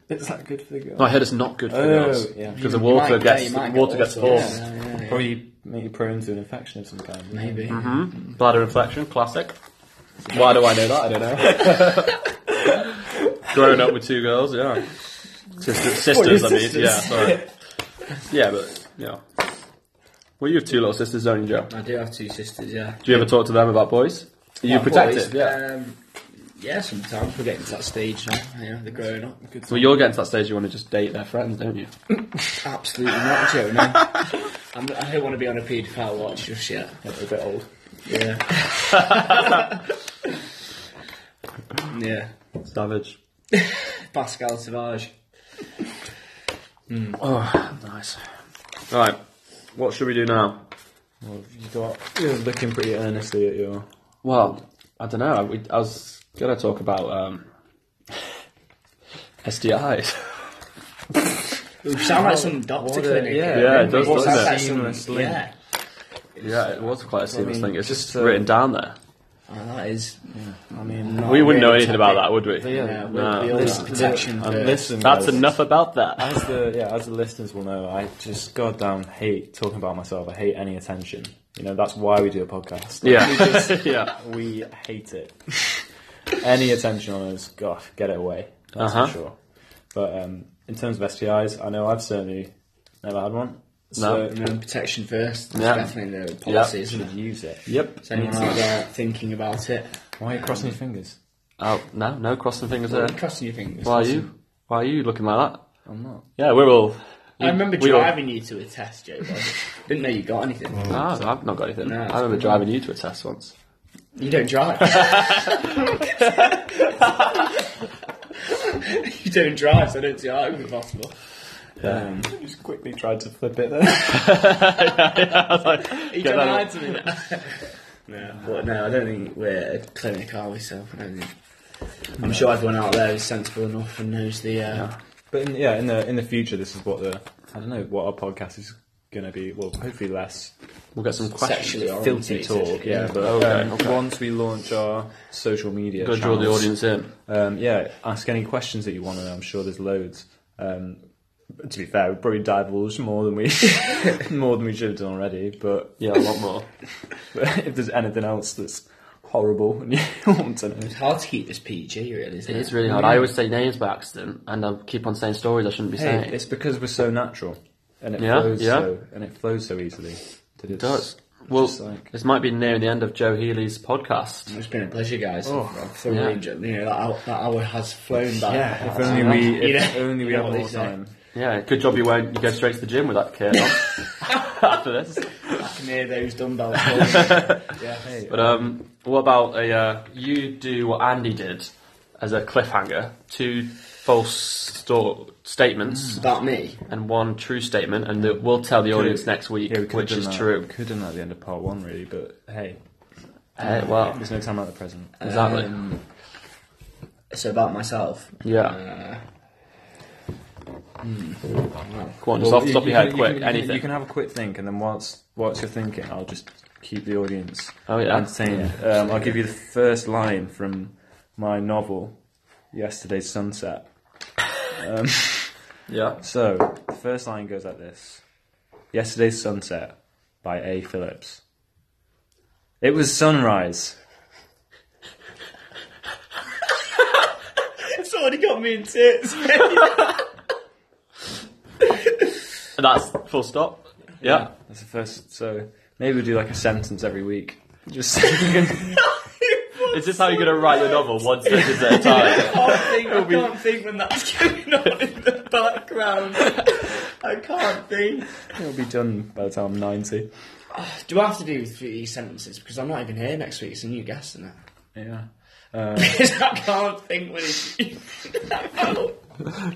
A: Is that good for the girl?
B: No, I heard it's not good for
A: Oh,
B: girls
A: yeah.
B: because the water
C: yeah,
B: gets
C: you might
B: the water
C: get
B: gets full.
C: all sorts. Yeah, yeah, yeah.
A: Probably make you prone to an infection of some kind.
C: Maybe.
B: Mm-hmm. Bladder inflection, classic. Why do I know that? I don't know. Growing up with two girls, yeah. Sisters, sisters I mean,
A: sisters.
B: yeah, sorry. Yeah, but, yeah. Well, you have two little sisters, don't you, Joe?
C: I do have two sisters. Yeah.
B: Do you ever talk to them about boys? Are you
C: Like
B: protective?
C: boys,
B: Yeah.
C: Um, yeah, sometimes we're getting to that stage now. Yeah, they're growing up. Good
B: Well, you're getting to that stage you want to just date their friends, don't you?
C: Absolutely not, Joe. No. I'm, I don't want to be on a paedophile watch just yet.
A: They're a bit old.
C: Yeah. yeah.
B: Savage.
C: Pascal Savage.
B: Oh, nice. Right. What should we do now?
A: Well, you got. You're looking pretty earnestly at your.
B: Well, I don't know. I, we, I was going to talk about um, STIs.
C: You sound like some doctor
A: what a-
C: clinic.
A: yeah.
B: Yeah, it
C: don't
B: does,
C: you?
B: doesn't
C: Sounds
B: it?
C: like some-
A: Seamless link.
C: Yeah.
B: Yeah, it was quite a seamless
A: mean,
B: thing. It's
A: just,
B: just
A: uh,
B: written down there.
C: Oh, that is.
A: I mean,
B: We wouldn't know
C: really
B: anything about
C: topic.
B: that, would we?
C: Yeah, we
B: no.
C: we all got protection
A: And
C: for-
A: listen,
B: That's
A: guys.
B: enough about that.
A: As the yeah, as the listeners will know, I just goddamn hate talking about myself. I hate any attention. You know, that's why we do a podcast.
B: Yeah, yeah.
A: We hate it. any attention on us, gosh, get it away. That's
B: Uh-huh.
A: for sure. But um, in terms of STIs, I know I've certainly never had one.
B: No.
A: So
C: You know, protection first. That's
B: Yeah.
C: definitely the policy, isn't
A: should
C: it?
A: use it.
B: Yep.
C: Is anyone out there thinking about it?
A: Why are you crossing your fingers?
B: Oh no, no crossing fingers
C: Well,
B: there.
C: you're crossing your fingers.
B: Why are you? Why are you looking like that?
A: I'm not.
B: Yeah, we're all.
C: I remember
B: we all-
C: driving you to a test, Joe. but I Didn't know you got anything.
B: Ah, I've not got anything.
C: No,
B: I remember
C: it's-
B: driving you to a test once.
C: You don't drive. you don't drive, so I don't see how it would be possible.
A: Um, just quickly tried to flip it there.
C: You
B: Get
C: don't
B: that
C: lie to me now. no, but no, I don't think we're a clinic, are we? So I don't think. I'm sure everyone out there is sensible enough and knows the. Uh,
A: But in, yeah, in the in the future, this is what the I don't know what our podcast is going to be. Well, hopefully less
B: We'll get some questions.
C: Sexually
A: filthy
C: orientated.
A: talk. Yeah, but
B: Oh, Okay,
A: um,
B: okay.
A: once we launch our social media,
B: Go draw the
A: channels,
B: audience in.
A: Um, yeah, ask any questions that you want to know. I'm sure there's loads. Um, but to be fair, we probably divulged more than we more than we should have done already. But,
B: Yeah, a lot more.
A: but if there's anything else that's horrible and you want to know,
C: It's hard to keep this PG, really. Isn't
B: It
C: it?
B: is really hard. I always say names by accident, and I keep on saying stories I shouldn't be
A: hey,
B: saying.
A: it's because we're so natural and it
B: Yeah,
A: flows
B: yeah.
A: so and it flows so easily. That it's,
B: It does. Well,
A: just like-
B: this might be nearing the end of Joe Healy's podcast.
C: It's been a pleasure, guys.
A: Oh,
C: I've thoroughly
B: yeah.
C: enjoyed. You know, that hour, that hour has flown by.
A: Yeah, if only we,
C: You
A: if
C: know-
A: only we
C: you know
A: had
C: what
A: more
C: they say.
A: time.
B: Yeah, good job you went. You go straight to the gym with that kid on after this.
C: I can hear those dumbbells. falling. yeah.
A: Hey,
B: But um, what about a uh, you do what Andy did as a cliffhanger? Two false sto- statements
A: Mm.
C: About me.
B: and one true statement, and the, we'll tell the
A: Could've-
B: audience next week
A: yeah, we could've
B: which
A: done
B: is
A: that. We
B: true.
A: could have done that at the end of part one, really, but hey,
B: Uh, well,
A: there's no time like the present.
B: exactly.
C: Um, so about myself.
B: yeah.
C: Uh,
B: Uh, hmm. Go on,
A: Well,
B: just off the top of your
A: can-
B: head, quick.
A: can- you can-
B: anything.
A: You can have a quick think, and then whilst whilst you're thinking, I'll just keep the audience
B: oh yeah.
A: entertained. Um, I'll give you the first line from my novel, Yesterday's Sunset. Um,
B: Yeah.
A: so the first line goes like this: Yesterday's Sunset by A. Phillips. It was sunrise.
C: it's already got me in tits.
B: That's full stop. Yeah.
A: That's the first. So maybe we'll do like a sentence every week. Just
B: Is this how you're gonna write your novel? One sentence at a time.
C: can't think, I can't think when that's going on in the background. I can't think.
A: it'll be done by the time I'm ninety.
C: Do I have to do three sentences? Because I'm not even here next week. It's a new guest, isn't it?
A: Yeah.
C: Because I can't think when it's.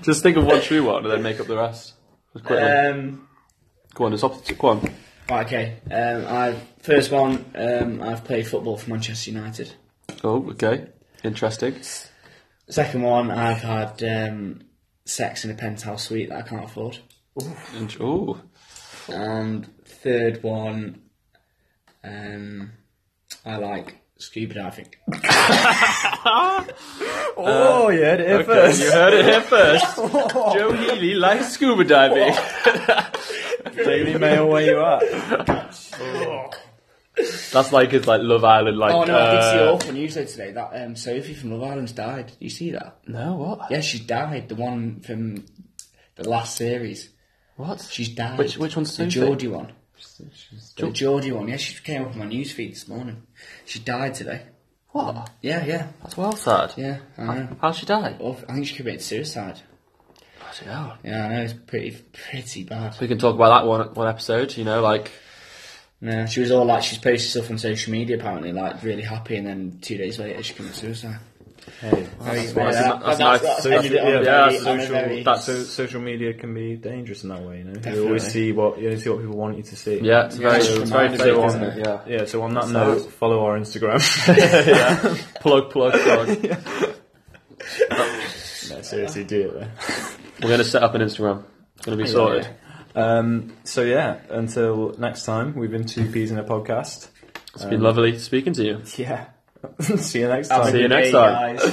B: just think of one true one and then make up the rest. Just quickly.
C: um,
B: go on, just off. The, go on.
C: right, okay. Um, I first one. Um, I've played football for Manchester United.
B: Oh, okay. Interesting.
C: Second one. I've had um, sex in a penthouse suite that I can't afford.
B: Int- Ooh.
C: And third one. Um, I like scuba diving. Uh,
A: Oh yeah, it is.
B: Okay, you heard it here first. Joe Healy likes scuba diving.
A: Daily Mail, where you at?
B: That's like his like Love Island like.
C: Oh no, I did see
B: uh,
C: awful news though today. That um, Sophie from Love Island's died. Did you see that?
B: No, what?
C: Yeah, she died. The one from the last series.
B: What?
C: She's died.
B: Which- which one's Sophie?
C: the Geordie one? The Geordie one. Yeah, she came up on my newsfeed this morning. She died today.
B: What?
C: Yeah, yeah,
B: That's well sad.
C: yeah. I know.
B: How'd she die?
C: Well, I think she committed suicide.
B: Bloody hell.
C: Yeah, I know. It's pretty, pretty bad.
B: We can talk about that one one episode. You know, like
C: No, she was all like, she's posted stuff on social media apparently, like really happy, and then two days later she committed suicide.
A: Hey,
C: Very-
B: nice.
C: yeah,
B: That's nice.
C: but that's-
B: So
C: that's
A: you
C: it
A: did-
C: on
A: yeah,
C: a
B: that's
C: very- on a
B: social-
C: very-
B: that's-
A: so social media can be dangerous in that way, you know. You
C: Definitely.
A: always see what you only see what people want you to see.
B: yeah, it's very,
C: it's
B: it's very
C: traumatic,
B: fake,
C: isn't
B: isn't it?
C: it?
B: Yeah.
A: Yeah, so on that
B: That's
A: note,
B: nice.
A: follow our Instagram.
B: Plug, plug, plug.
A: no, seriously, do it
B: We're gonna set up an Instagram. It's gonna be sorted.
A: though. Um, so yeah, until next time, we've been two peas in a podcast.
B: It's been lovely speaking to you.
A: Yeah. see you next
C: Have a
A: time.
B: See you
C: good
B: next
C: day,
B: time.
C: guys.